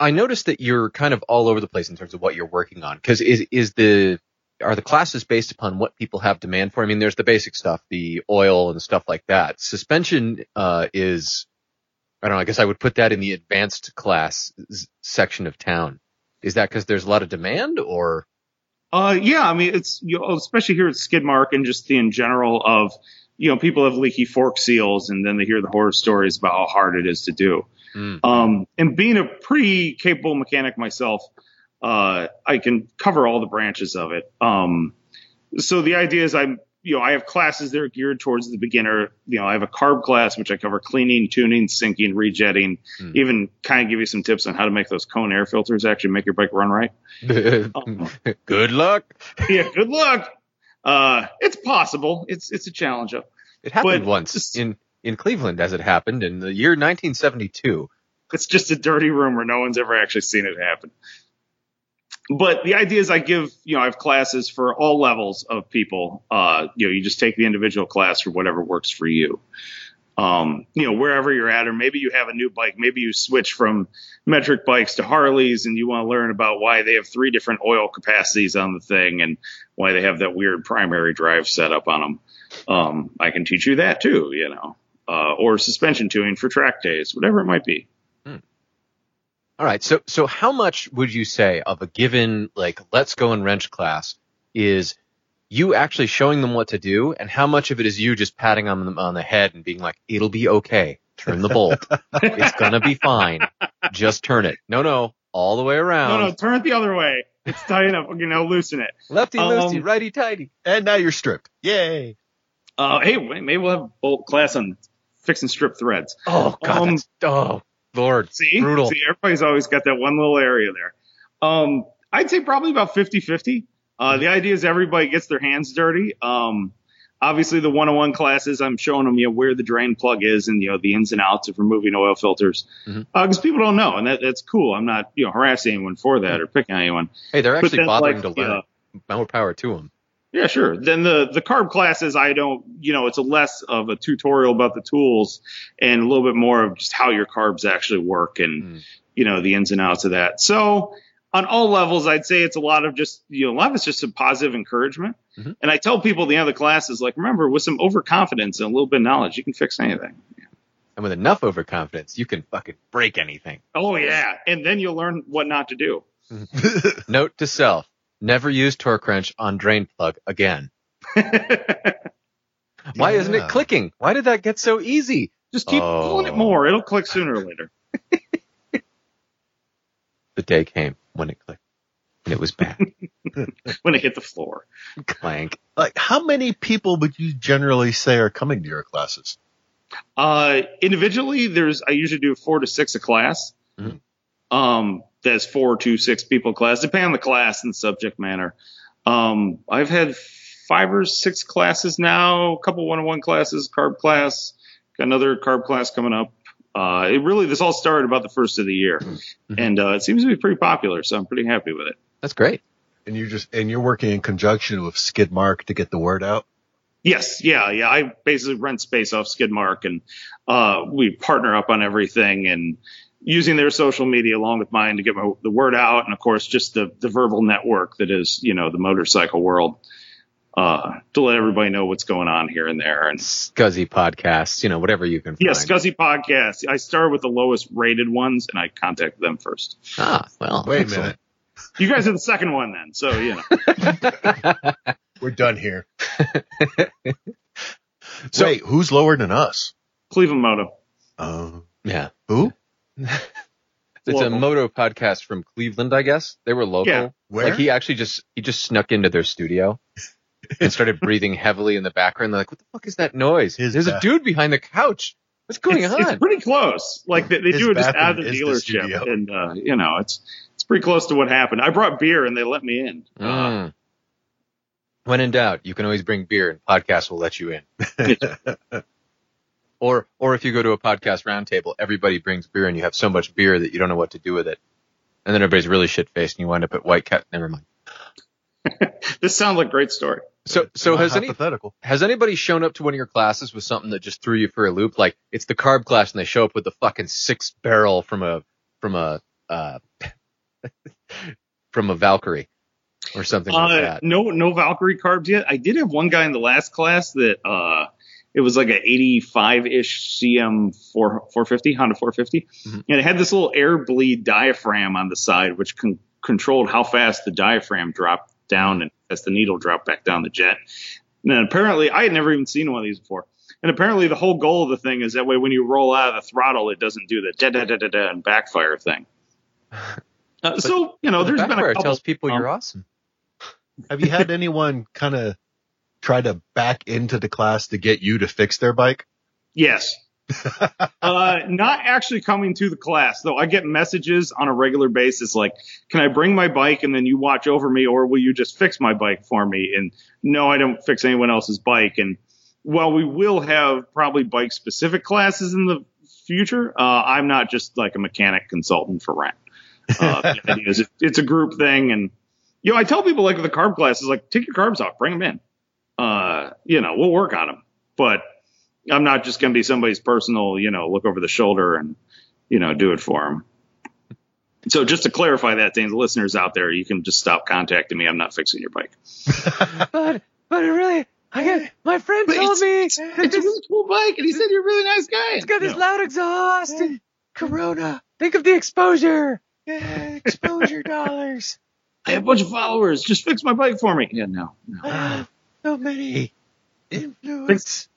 I noticed that you're kind of all over the place in terms of what you're working on. Because is is the are the classes based upon what people have demand for? I mean, there's the basic stuff, the oil and stuff like that. Suspension uh, is, I don't know. I guess I would put that in the advanced class s- section of town. Is that because there's a lot of demand, or Uh, yeah, I mean, it's you know, especially here at Skidmark and just the in general of you know people have leaky fork seals and then they hear the horror stories about how hard it is to do. Mm. Um, and being a pretty capable mechanic myself, uh, I can cover all the branches of it. Um, so the idea is I'm, you know, I have classes that are geared towards the beginner. You know, I have a carb class, which I cover cleaning, tuning, sinking, rejetting, Hmm. even kind of give you some tips on how to make those cone air filters actually make your bike run right. good luck? yeah, good luck. Uh, it's possible. It's, it's a challenge. It happened But once just- in in Cleveland, as it happened in the year 1972. It's just a dirty rumor. No one's ever actually seen it happen. But the idea is I give, you know, I have classes for all levels of people. Uh, you know, you just take the individual class for whatever works for you. Um, you know, wherever you're at, or maybe you have a new bike, maybe you switch from metric bikes to Harleys and you want to learn about why they have three different oil capacities on the thing and why they have that weird primary drive setup on them. Um, I can teach you that too, you know, uh, or suspension tuning for track days, whatever it might be. All right. So so how much would you say of a given like let's go and wrench class is you actually showing them what to do and how much of it is you just patting on them on the head and being like it'll be okay. Turn the bolt. it's going to be fine. Just turn it. No, no. All the way around. No, no, turn it the other way. It's tight enough. You know, loosen it. Lefty loosey, Um, righty tighty. And now you're stripped. Yay. Uh, hey, wait, maybe we'll have a bolt class on fixing strip threads. Oh god. um, that's- oh Lord. See, Brutal. See, everybody's always got that one little area there. Um, I- I'd say probably about 50 50. Uh, the idea is everybody gets their hands dirty. Um, obviously, the 101 classes, I'm showing them you know, where the drain plug is and you know the ins and outs of removing oil filters because Mhm. people don't know, and that, that's cool. I'm not you know harassing anyone for that or picking on anyone. Hey, they're But actually then, bothering like, to learn. More power to them. Yeah, sure. Then the the carb classes, I don't, you know, it's a less of a tutorial about the tools and a little bit more of just how your carbs actually work and Mm. you know the ins and outs of that. So on all levels, I'd say it's a lot of just you know a lot of it's just some positive encouragement. Mhm. And I tell people at the end of the classes, like remember, with some overconfidence and a little bit of knowledge, you can fix anything. And with enough overconfidence, you can fucking break anything. Oh yeah, and then you'll learn what not to do. Note to self: never use TorCrunch on drain plug again. Why isn't Yeah. it clicking? Why did that get so easy? just keep Oh. pulling it more; it'll click sooner or later. The day came when it clicked, and it was back. When it hit the floor, Clank. like, how many people would you generally say are coming to your classes? Uh, individually, there's I usually do four to six a class. Mhm. Um, that's four to six people a class, depending on the class and subject matter. Um, I've had five or six classes now, a couple one-on-one classes, carb class, got another carb class coming up. Uh, it really this all started about the first of the year, and uh, it seems to be pretty popular, so I'm pretty happy with it. That's great. And you're just and you're working in conjunction with Skidmark to get the word out. Yes, yeah, yeah. I basically rent space off Skidmark, and uh, we partner up on everything and using their social media along with mine to get my, the word out, and of course, just the the verbal network that is, you know, the motorcycle world uh, to let everybody know what's going on here and there. And Scuzzy podcasts, you know, whatever you can find. yeah, Scuzzy Podcast. I started with the lowest rated ones, and I contacted them first. Ah, well. Wait a excellent. minute, You guys are the second one, then, so you know. we're done here. So- Wait, who's lower than us? Cleveland Moto. Uh, yeah. who? It's a Local. moto podcast from Cleveland, I guess. They were local. Yeah. Where? Like he actually just he just snuck into their studio and started breathing heavily in the background. They're like, what the fuck is that noise? His There's a bath- dude behind the couch. What's going it's, on? it's pretty close. Like they, they His do it just bathroom out of the is the dealership, studio. and uh, you know it's it's pretty close to what happened. I brought beer and they let me in. Uh, Mm. When in doubt, you can always bring beer and podcasts will let you in. Or or if you go to a podcast roundtable, everybody brings beer and you have so much beer that you don't know what to do with it. And then everybody's really shit faced and you wind up at White Cat. Never mind. this sounds like a great story. So so Not has any hypothetical? has anybody shown up to one of your classes with something that just threw you for a loop? Like it's the carb class and they show up with the fucking six barrel from a from a uh, from a Valkyrie or something like Uh, that. no, no Valkyrie carbs yet. I did have one guy in the last class that uh, it was like a 85 ish CM 4 450 Honda 450, Mhm. and it had this little air bleed diaphragm on the side, which con- controlled how fast the diaphragm dropped down and as the needle dropped back down the jet. And then apparently, I had never even seen one of these before. And apparently, the whole goal of the thing is that way when you roll out of the throttle, it doesn't do the da da da da da and backfire thing. Uh, so you know, The there's been backfire a couple. tells people um, you're awesome. Have you had anyone kind of try to back into the class to get you to fix their bike? Yes. uh, not actually coming to the class, though. I get messages on a regular basis like, can I bring my bike and then you watch over me, or will you just fix my bike for me? And no, I don't fix anyone else's bike. And while we will have probably bike specific classes in the future, uh, I'm not just like a mechanic consultant for rent. Uh, the idea is it- it's a group thing. And, you know, I tell people like with the carb classes, like, take your carbs off, bring them in. Uh, you know, we'll work on them. But I'm not just going to be somebody's personal, you know, look over the shoulder and, you know, do it for them. So just to clarify that, thing, the listeners out there, you can just stop contacting me. I'm not fixing your bike. But but it really, I got my friend told me it's, It's a really cool bike, and he said you're a really nice guy. got this loud exhaust and Corona. Think of the exposure. Yeah, exposure dollars. I have a bunch of followers. Just fix my bike for me. Yeah, no, no. so many influence.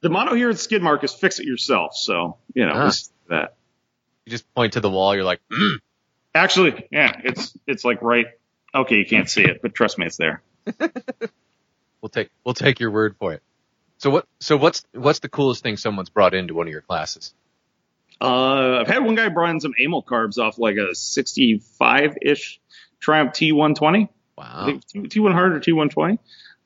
The motto here at Skidmark is "fix it yourself." So you know Ah. just that. You just point to the wall. You're like, mm, Actually, yeah, it's it's like right. Okay, you can't see it, but trust me, it's there. We'll take we'll take your word for it. So what so what's what's the coolest thing someone's brought into one of your classes? Uh, I've had one guy brought in some amyl carbs off like a 65 ish Triumph T120. I Wow. think T one hundred or T one twenty.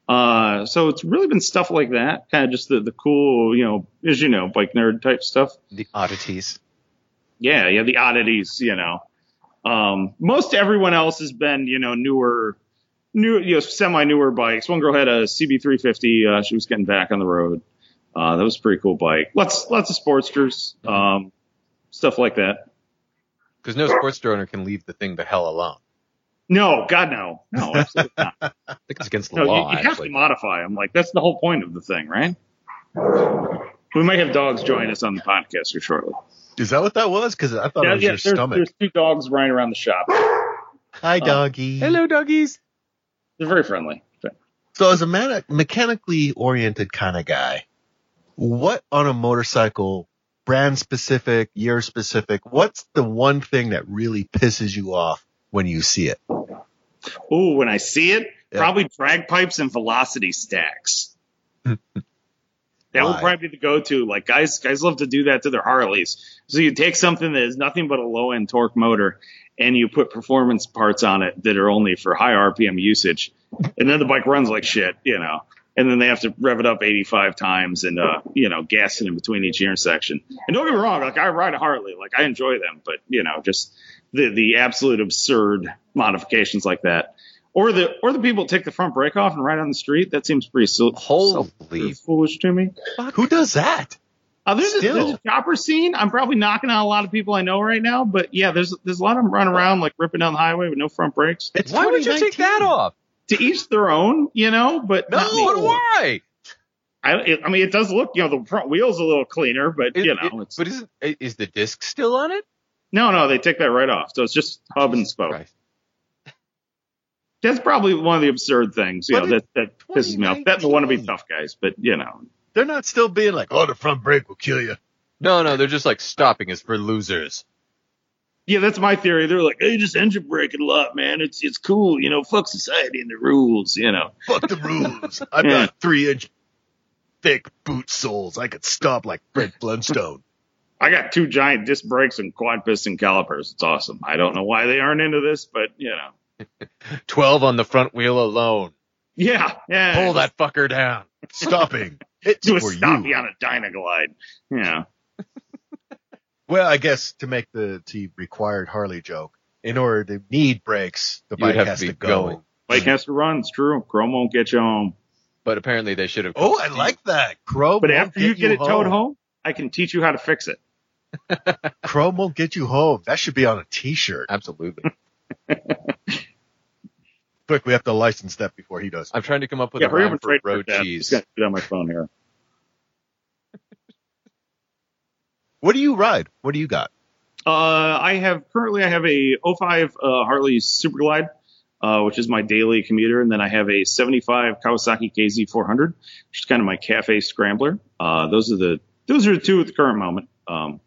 Uh, so it's really been stuff like that, kind of just the, the cool, you know, as you know, bike nerd type stuff. The oddities. Yeah, yeah, the oddities, you know. Um, most everyone else has been, you know, newer, new, you know, semi newer bikes. One girl had a CB350. Uh, she was getting back on the road. Uh, that was a pretty cool bike. Lots, lots of Sportsters, Mm-hmm. um, stuff like that. Because no sports owner can leave the thing the hell alone. No, God, no, no, absolutely not. I think it's against the No, you- law, you, have to actually. modify them. Like that's the whole point of the thing, right? We might have dogs join us on the podcast here shortly. Is that what that was? Because I thought it was your there's, stomach. there's uh, two dogs running around the shop. Hi, doggy. Hello, doggies. They're very friendly. So, as a man- mechanically oriented kind of guy, what on a motorcycle, brand specific, year specific, what's the one thing that really pisses you off when you see it? Ooh, when I see it, Yeah. probably drag pipes and velocity stacks. that would Why? probably be the go-to. Like guys, guys love to do that to their Harleys. So you take something that is nothing but a low-end torque motor, and you put performance parts on it that are only for high RPM usage, and then the bike runs like shit, you know. And then they have to rev it up 85 times and uh, you know gas it in between each intersection. And don't get me wrong, like I ride a Harley, like I enjoy them, but you know just the the absolute absurd modifications like that or the or the people take the front brake off and ride on the street. That seems pretty so, Holy so foolish to me. Who does that? Uh, there's, a, Still. there's a chopper scene. I'm probably knocking out a lot of people I know right now, but yeah, there's there's a lot of them running around like ripping down the highway with no front brakes. It's Why would you take 2019. that off? To each their own, you know. But No, not me. but why? I, it, I mean, it does look, you know, the front wheel's a little cleaner, but It- you know, it- it's, but isn't i- is the disc still on it? no, no, they take that right off. So it's just hub and spoke. Christ. That's probably one of the absurd things, you But know, that that pisses me off. That and the wannabe 2019. tough guys, but you know, They're not still being like, oh, the front brake will kill you. No, no, they're just like stopping is for losers. Yeah, that's my theory. They're like, hey, just engine braking a lot, man. It's it's cool, you know. Fuck society and the rules, you know. Fuck the rules. I've Yeah. got three inch thick boot soles. I could stomp like Fred Flintstone. I got two giant disc brakes and quad piston calipers. It's awesome. I don't know why they aren't into this, but you know. Twelve on the front wheel alone. Yeah, yeah. Pull that fucker down. Stopping. It's Do a for stop you. on a Dynaglide. Yeah. Well, I guess to make the to required Harley joke, in order to need brakes, the You would bike have has to to, be go. going. Bike has to run. It's true. Chrome won't get you home. But apparently they should have. Oh, I like that. Chrome. But won't after you get it towed home. home, I can teach you how to fix it. Chrome won't get you home. That should be on a T-shirt. Uh, Absolutely. Quick, we have to license that before he does. I'm trying to come up with yeah, a hurry up rhyme and for trade for road that. Just cheese. gotta Get on my phone here. What do you ride? What do you got? Uh, I have currently I have a 05 uh, Harley Superglide, uh, which is my daily commuter, and then I have a 75 Kawasaki KZ400, which is kind of my cafe scrambler. Uh, those are the those are the two at the current moment. Um,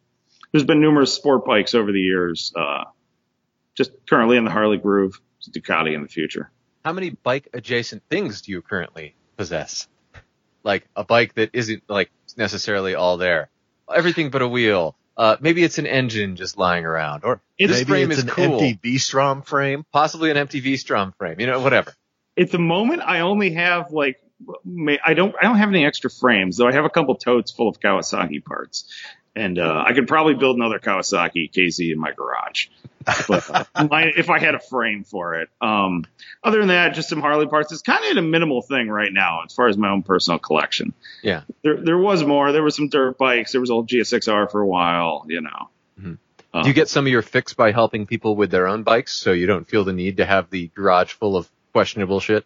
there's been numerous sport bikes over the years. Uh, just currently in the Harley groove, Ducati in the future. How many bike adjacent things do you currently possess? Like a bike that isn't like necessarily all there. Everything but a wheel. Uh, maybe it's an engine just lying around, or It's- this Maybe frame it's is an cool. empty V-Strom frame. Possibly an empty V-Strom frame. You know, whatever. At the moment, I only have like ma- I don't I don't have any extra frames, though I have a couple totes full of Kawasaki parts. And uh, I could probably build another Kawasaki KZ in my garage, but uh, my, if I had a frame for it. Um, other than that, just some Harley parts. It's kind of a minimal thing right now as far as my own personal collection. Yeah. there there was more. There were some dirt bikes. There was old GSXR for a while. You know. Mhm. Um, Do you get some of your fix by helping people with their own bikes so you don't feel the need to have the garage full of questionable shit?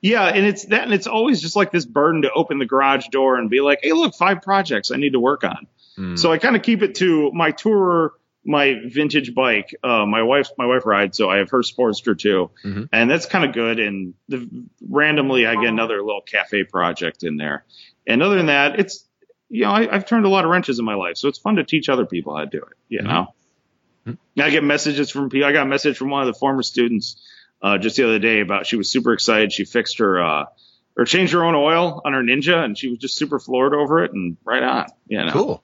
Yeah, and it's that, and it's always just like this burden to open the garage door and be like, "Hey, look, five projects I need to work on." Hmm. So I kind of keep it to my tourer, my vintage bike. Uh, my wife's my wife rides, so I have her Sportster too, Mhm. and that's kind of good. And the, randomly, I get another little cafe project in there. And other than that, it's you know I, I've turned a lot of wrenches in my life, so it's fun to teach other people how to do it. You Mhm. know, Mhm. I get messages from people. I got a message from one of the former students uh, just the other day about she was super excited. She fixed her. Uh, or changed her own oil on her Ninja, and she was just super floored over it, and right on. You know, Cool.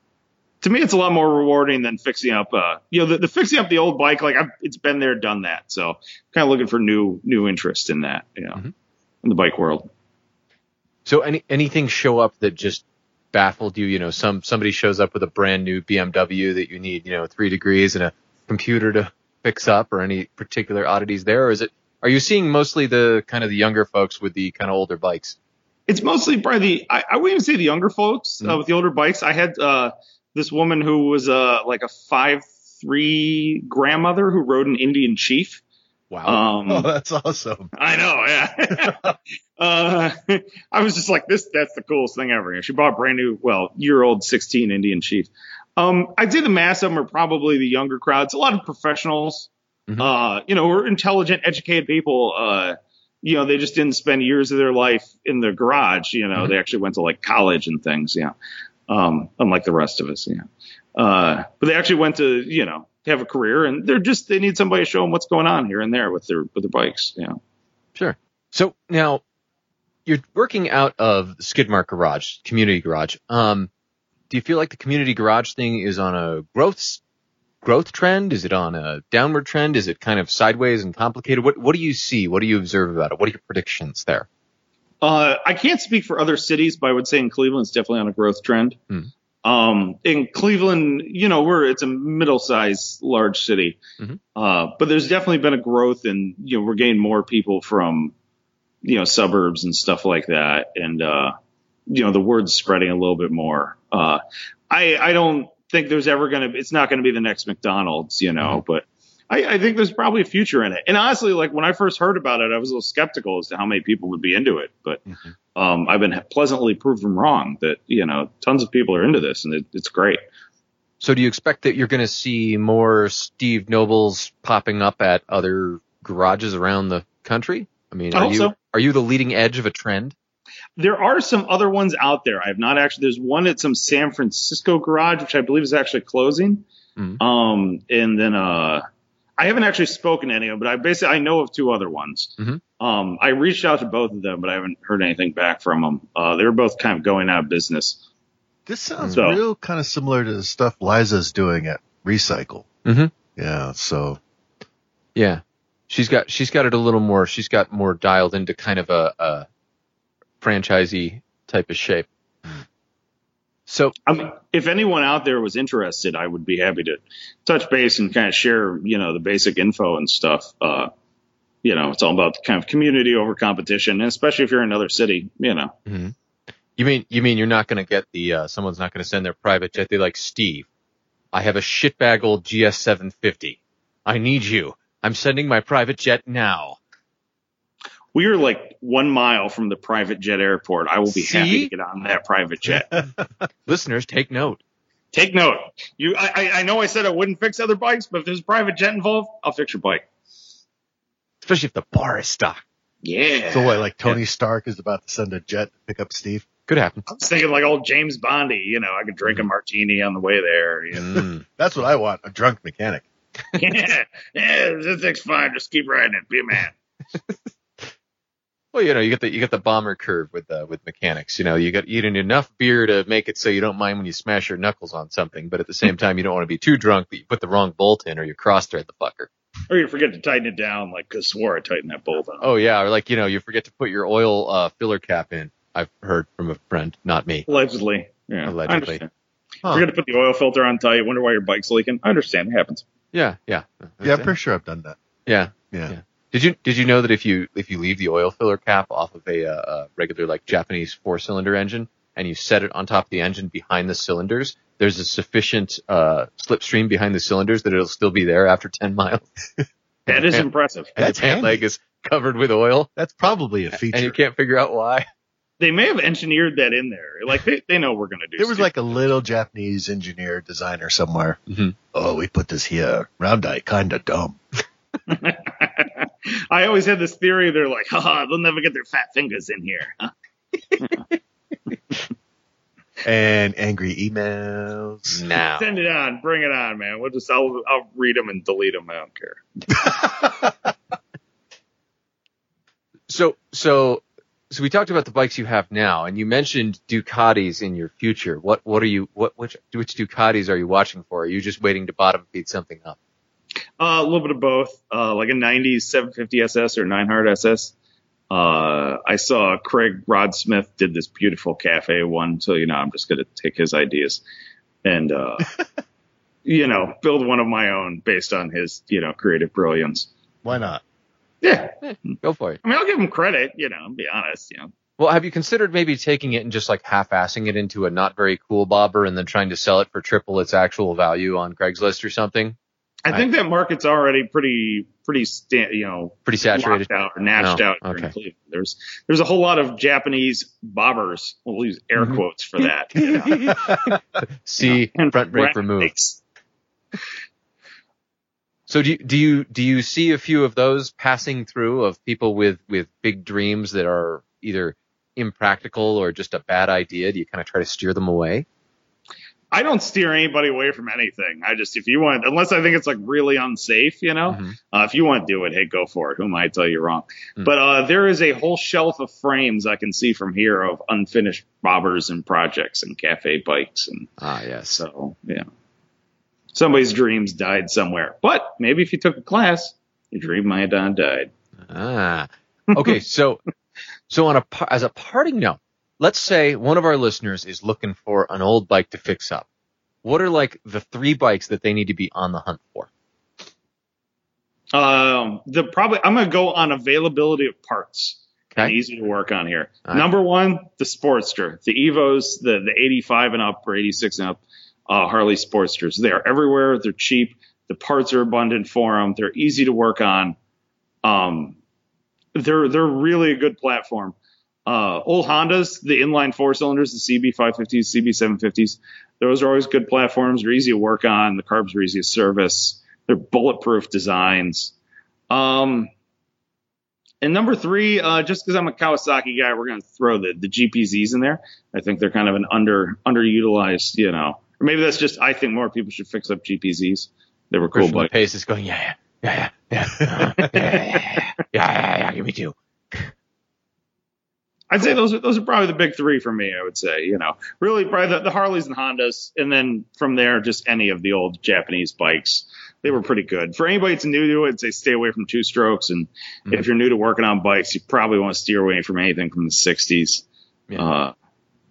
to me, it's a lot more rewarding than fixing up. Uh, you know, the, the fixing up the old bike, like I've, it's been there, done that. So kind of looking for new new interest in that, you know, Mhm. in the bike world. So any anything show up that just baffled you? You know, some somebody shows up with a brand new BMW that you need, you know, three degrees and a computer to fix up, or any particular oddities there, or is it? Are you seeing mostly the kind of the younger folks with the kind of older bikes? It's mostly probably the I, I wouldn't even say the younger folks uh, Mhm. with the older bikes. I had uh, this woman who was uh, like a five three grandmother who rode an Indian Chief. Wow. Um, Oh, that's awesome. I know, yeah. uh, I was just like, this, that's the coolest thing ever. She bought a brand new, well, year old 16 Indian Chief. Um, I'd say the mass of them are probably the younger crowds, a lot of professionals, Mhm. uh, you know, we're intelligent, educated people. Uh, you know, they just didn't spend years of their life in the garage. You know, Mhm. they actually went to like college and things. Yeah. Um, unlike the rest of us. Yeah. Uh, but they actually went to, you know, have a career and they're just, they need somebody to show them what's going on here and there with their, with their bikes. Yeah. Sure. So now you're working out of the Skidmark Garage, community garage. Um, do you feel like the community garage thing is on a growth s- growth trend? Is it on a downward trend? Is it kind of sideways and complicated? What what do you see? What do you observe about it? What are your predictions there? Uh, I can't speak for other cities, but I would say in Cleveland's definitely on a growth trend. Hmm. Um, in Cleveland, you know, we're it's a middle-sized large city, Mhm. uh, but there's definitely been a growth, and you know, we're getting more people from you know suburbs and stuff like that, and uh, you know, the word's spreading a little bit more. Uh, I I don't think there's ever gonna it's not gonna be the next McDonald's, you know, but I, I think there's probably a future in it. And honestly, like when I first heard about it, I was a little skeptical as to how many people would be into it. But Mhm. um, I've been pleasantly proven wrong that you know tons of people are into this, and it, it's great. So do you expect that you're going to see more Steve Nobles popping up at other garages around the country? I mean, I are hope you so. are you the leading edge of a trend? There are some other ones out there. I have not actually. There's one at some San Francisco garage, which I believe is actually closing. Mhm. Um, and then uh, I haven't actually spoken to any of them, but I basically I know of two other ones. Mhm. Um, I reached out to both of them, but I haven't heard anything back from them. Uh, they were both kind of going out of business. This sounds So- real kind of similar to the stuff Liza's doing at Recycle. Mhm. Yeah, so Yeah, she's got she's got it a little more. She's got more dialed into kind of a, a franchisee type of shape. So I mean, if anyone out there was interested, I would be happy to touch base and kind of share, you know, the basic info and stuff. Uh, you know, it's all about kind of community over competition, and especially if you're in another city, you know. you mean you mean you're not going to get the uh, someone's not going to send their private jet? They like Steve. I have a shitbag old GS750. I need you. I'm sending my private jet now. We are like one mile from the private jet airport. I will be happy See? to get on that private jet. Listeners, take note. Take note. You, I, I- I know I said I wouldn't fix other bikes, but if there's a private jet involved, I'll fix your bike. Especially if the bar is stocked. Yeah. so what? Like Tony Stark is about to send a jet to pick up Steve. Could happen. I was thinking like old James Bondy, you know, I could drink a martini on the way there. You know. Mm. That's what I want. A drunk mechanic. yeah, yeah, this thing's fine. Just keep riding it. Be a man. Well, you know, you get the you get the bomber curve with uh, with mechanics. You know, you got you need enough beer to make it so you don't mind when you smash your knuckles on something, but at the same time, you don't want to be too drunk that you put the wrong bolt in or you cross thread the fucker. Or you forget to tighten it down, like, because swore I tightened that bolt on. Oh yeah, or like you know, you forget to put your oil uh, filler cap in. I've heard from a friend, not me. Allegedly. Yeah. I Allegedly. understand. Huh. Forget to put the oil filter on tight. Wonder why your bike's leaking. I understand. It happens. Yeah, yeah, yeah, I'm That's it. pretty sure I've done that. yeah. Yeah. Yeah. Did you did you know that if you if you leave the oil filler cap off of a uh, uh, regular like Japanese four cylinder engine and you set it on top of the engine behind the cylinders, there's a sufficient uh, slipstream behind the cylinders that it'll still be there after ten miles. That is Yeah. impressive. And That's the pant handy. leg is covered with oil, That's probably a feature. and you can't figure out why. They may have engineered that in there. Like, they, they know we're going to do there was stupid- like a little Japanese engineer designer somewhere. Mhm. Oh, we put this here. Round eye, kind of dumb. I always had this theory. They're like, haha, they'll never get their fat fingers in here. And angry emails. Now, Send it on. Bring it on, man. We'll just, I'll, I'll read them and delete them. I don't care. Mm. So so so we talked about the bikes you have now, and you mentioned Ducatis in your future. What what are you what which which Ducatis are you watching for? Are you just waiting to bottom feed something up? Uh, a little bit of both, uh, like a 90s 750 SS or 9 hard SS. Uh, I saw Craig Rod Smith did this beautiful cafe one, so you know I'm just gonna take his ideas and uh, you know build one of my own based on his you know creative brilliance. Why not? Yeah, Go for it. I mean I'll give him credit, you know, be honest, you know. Well, have you considered maybe taking it and just like half-assing it into a not very cool bobber, and then trying to sell it for triple its actual value on Craigslist or something? I think that market's already pretty pretty sta- you know Pretty saturated. locked out or gnashed No, out here in okay. Cleveland. There's there's a whole lot of Japanese bobbers. We'll use air Mhm. quotes for that. you know. See front brake removed. brakes. So do you, do you do you see a few of those passing through of people with with big dreams that are either impractical or just a bad idea? Do you kind of try to steer them away? I don't steer anybody away from anything. I just if you want, unless I think it's like really unsafe, you know. Mhm. Uh, if you want to do it, hey, go for it. Who am I to tell you wrong? Mm. But uh, there is a whole shelf of frames I can see from here of unfinished bobbers and projects and cafe bikes and Ah, yes. So yeah, somebody's dreams died somewhere. But maybe if you took a class, your dream might not have died. Ah. Okay, so so on a par- as a parting note, let's say one of our listeners is looking for an old bike to fix up. What are like the three bikes that they need to be on the hunt for? Um, the probably I'm gonna go on availability of parts. Okay. Easy to work on here. All right. Number one, the Sportster, the Evos, the the 85 and up or 86 and up uh, Harley Sportsters. They are everywhere. They're cheap. The parts are abundant for them. They're easy to work on. Um, they're they're really a good platform. Uh, old Hondas, the inline four cylinders, the CB550s, CB750s, those are always good platforms. They're easy to work on. The carbs are easy to service. They're bulletproof designs. Um, and number three, uh, just because I'm a Kawasaki guy, we're going to throw the, the GPZs in there. I think they're kind of an under underutilized, you know, or maybe that's just I think more people should fix up GPZs. They were cool, Christian but Pace is going, yeah, yeah, yeah, yeah, yeah, yeah, yeah, yeah, yeah, give me two. I'd say those are those are probably the big three for me. I would say, you know, really probably the, the Harleys and Hondas, and then from there, just any of the old Japanese bikes. They were pretty good. For anybody that's new to it, I'd say stay away from two strokes. And Mhm. if you're new to working on bikes, you probably want to steer away from anything from the 60s. Yeah. Uh,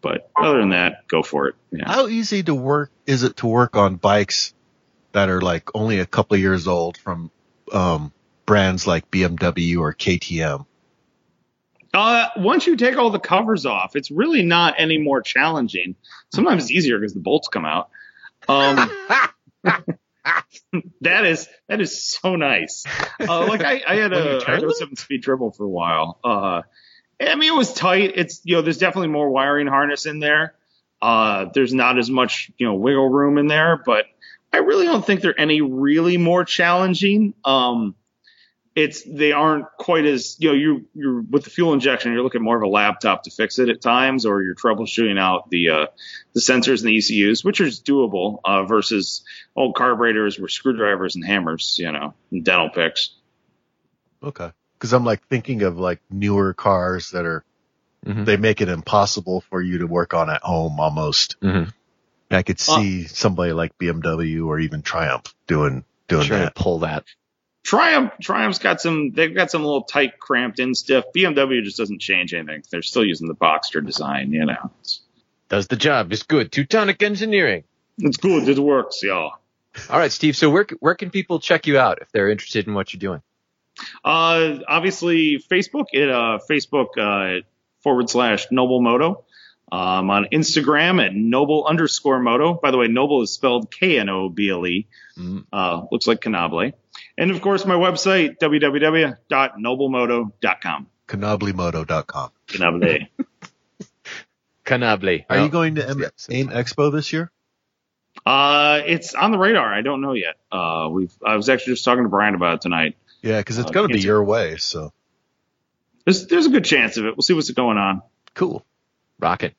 but other than that, go for it. Yeah. How easy to work is it to work on bikes that are like only a couple of years old from um, brands like BMW or KTM? Uh, once you take all the covers off, it's really not any more challenging. Sometimes it's easier because the bolts come out. Um, that is that is so nice. Uh, like I, I had When you a turn I had a them? seven speed dribble for a while. Uh, I mean it was tight. It's you know there's definitely more wiring harness in there. Uh, there's not as much you know wiggle room in there, but I really don't think they're any really more challenging. Um, it's they aren't quite as you know you you're with the fuel injection you're looking more of a laptop to fix it at times or you're troubleshooting out the uh, the sensors and the ECUs which is doable uh, versus old carburetors were screwdrivers and hammers you know and dental picks Okay. Because I'm like thinking of like newer cars that are, Mhm. they make it impossible for you to work on at home almost. Mhm. I could see somebody like BMW or even Triumph doing doing Trying to that. pull that. Triumph Triumph's got some they've got some little tight cramped in stuff BMW just doesn't change anything they're still using the Boxster design you know it's, Does the job. It's good. Teutonic engineering. it's good it works y'all All right, Steve. So where c- where can people check you out if they're interested in what you're doing? Uh, obviously, Facebook at uh, Facebook uh, forward slash Noble Moto. Um, on Instagram at Noble underscore Moto. By the way, Noble is spelled K N O B L E. Mm. Uh, looks like Canable. And of course, my website www.noblemoto.com. Kanablimoto.com. Canable. Canable. Are No. you going to M- Yes, AIM Expo this year? uh, it's on the radar. I don't know yet. Uh, we've. I was actually just talking to Brian about it tonight. Yeah, because it's Uh, going to be it's- your way. So There's there's a good chance of it. We'll see what's going on. cool. Rocket.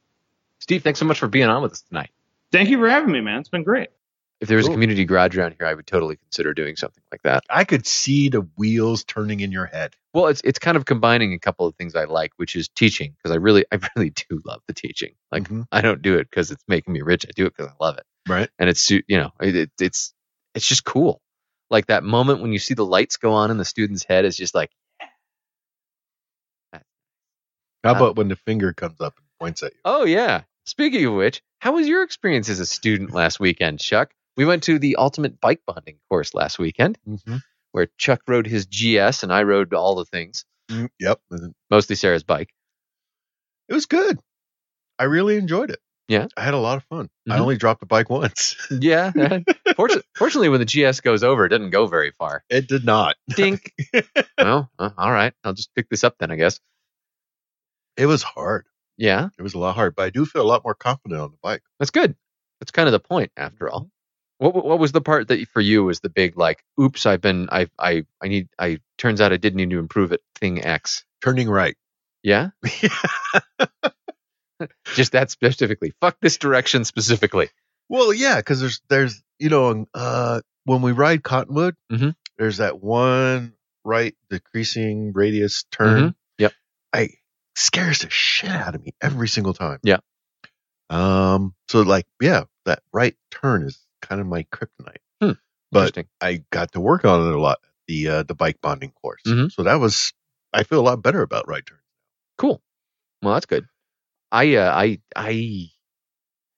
Steve, thanks so much for being on with us tonight. Thank you for having me, man. It's been great. If there was Cool. a community garage around here, I would totally consider doing something like that. I could see the wheels turning in your head. Well, it's it's kind of combining a couple of things I like, which is teaching because I really I really do love the teaching. Like Mhm. I don't do it because it's making me rich. I do it because I love it, right? and it's su- you know it, it, it's it's just cool. Like that moment when you see the lights go on in the student's head is just like How Uh, about when the finger comes up and points at you? Oh yeah. Speaking of which, how was your experience as a student last weekend, Chuck? We went to the ultimate bike bonding course last weekend, where Chuck rode his GS and I rode all the things, Mm, Yep, and mostly Sarah's bike. it was good. I really enjoyed it. Yeah. I had a lot of fun. I Mhm. only dropped the bike once. Yeah. Fortu- Fortunately, when the GS goes over, it doesn't go very far. It did not. Dink. well, uh, all right. I'll just pick this up then, I guess. It was hard. Yeah, It was a lot hard, but I do feel a lot more confident on the bike. that's good. That's kind of the point, after all. What what- what was the part that for you was the big like, oops, I've been I I I need I turns out I did need to improve it. Thing X. Turning right. Yeah. just that specifically. Fuck this direction specifically. Well, yeah, because there's there's you know on, uh, when we ride Cottonwood, Mhm. there's that one right decreasing radius turn. Mm-hmm. Yep. I scares the shit out of me every single time. Yeah. Um. So like, yeah, that right turn is kind of my kryptonite. Hmm. But Interesting. I got to work on it a lot. The uh, the bike bonding course. Mhm. So that was I feel a lot better about right turn. Cool. Well, that's good. I uh, I I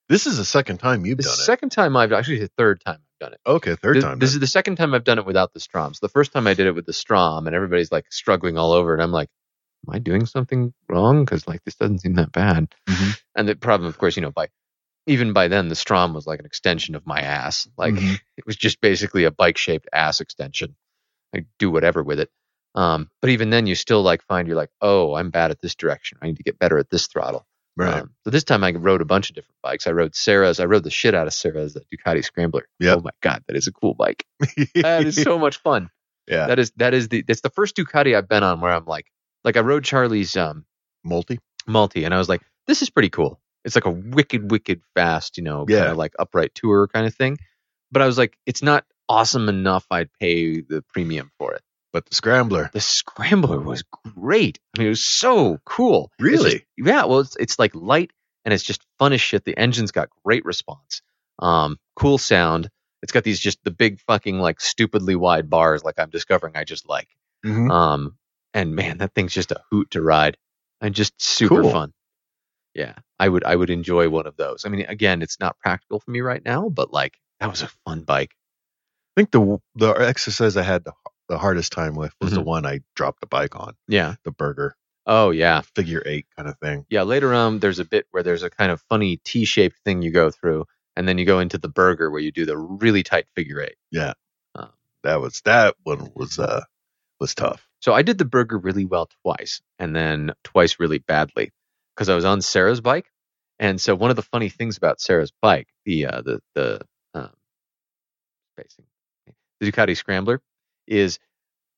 This is the second time you've the done second time I've actually the third time I've done it. it. Okay, third Th- time. This then. is the second time I've done it without the Stroms. The first time I did it with the Strom, and everybody's like struggling all over, and I'm like, "Am I doing something wrong? Because like this doesn't seem that bad." Mhm. And the problem, of course, you know, by even by then, the Strom was like an extension of my ass. Like Mhm. it was just basically a bike shaped ass extension. I do whatever with it. Um, but even then, you still like find you're like, "Oh, I'm bad at this direction. I need to get better at this throttle." right. Um, so this time I rode a bunch of different bikes. I rode Sarah's. I rode the shit out of Sarah's the Ducati Scrambler. Yep. Oh my god, that is a cool bike. That is so much fun. yeah. That is that is the that's the first Ducati I've been on where I'm like like I rode Charlie's um Multi. multi and I was like this is pretty cool. It's like a wicked wicked fast you know Yeah. kind of like upright tour kind of thing. But I was like it's not awesome enough. I'd pay the premium for it. but the scrambler. The Scrambler was great. I mean it was so cool. It's just- Really? yeah. Well, it's it's like light and it's just fun as shit. The engine's got great response, um, cool sound. It's got these just the big fucking like stupidly wide bars, like I'm discovering I just like. Mhm. Um, and man, that thing's just a hoot to ride and just super Cool. fun. Yeah, I would I would enjoy one of those. I mean, again, it's not practical for me right now, but like that was a fun bike. I think the the exercise I had the, the hardest time with was the Mhm. one I dropped the bike on, Yeah. the burger, Oh yeah. figure eight kind of thing. yeah later on there's a bit where there's a kind of funny t-shaped thing you go through and then you go into the burger where you do the really tight figure eight That was that one was uh was tough. so i did the burger really well twice and then twice really badly because i was on sarah's bike and so one of the funny things about sarah's bike the uh the the um spacing the ducati scrambler is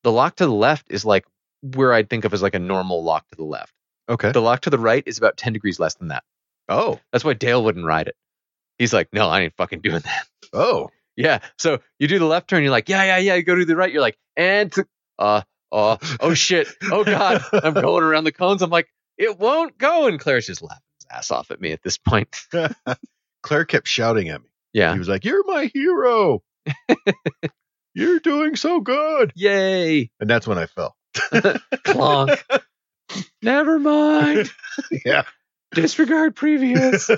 the lock to the left is like where i'd think of as like a normal lock to the left Okay. the lock to the right is about 10 degrees less than that Oh, That's why Dale wouldn't ride it. He's like, no, I ain't fucking doing that. oh, Yeah. So you do the left turn, you're like, yeah, yeah, yeah. You go to the right, you're like, and to, uh, uh, oh shit, oh god, I'm going around the cones. I'm like, it won't go. And Claire's just laughing his ass off at me at this point. Claire kept shouting at me. He Yeah. was like, "You're my hero. You're doing so good." Yay. And that's when I fell. Clonk. Never mind. Yeah. Disregard previous.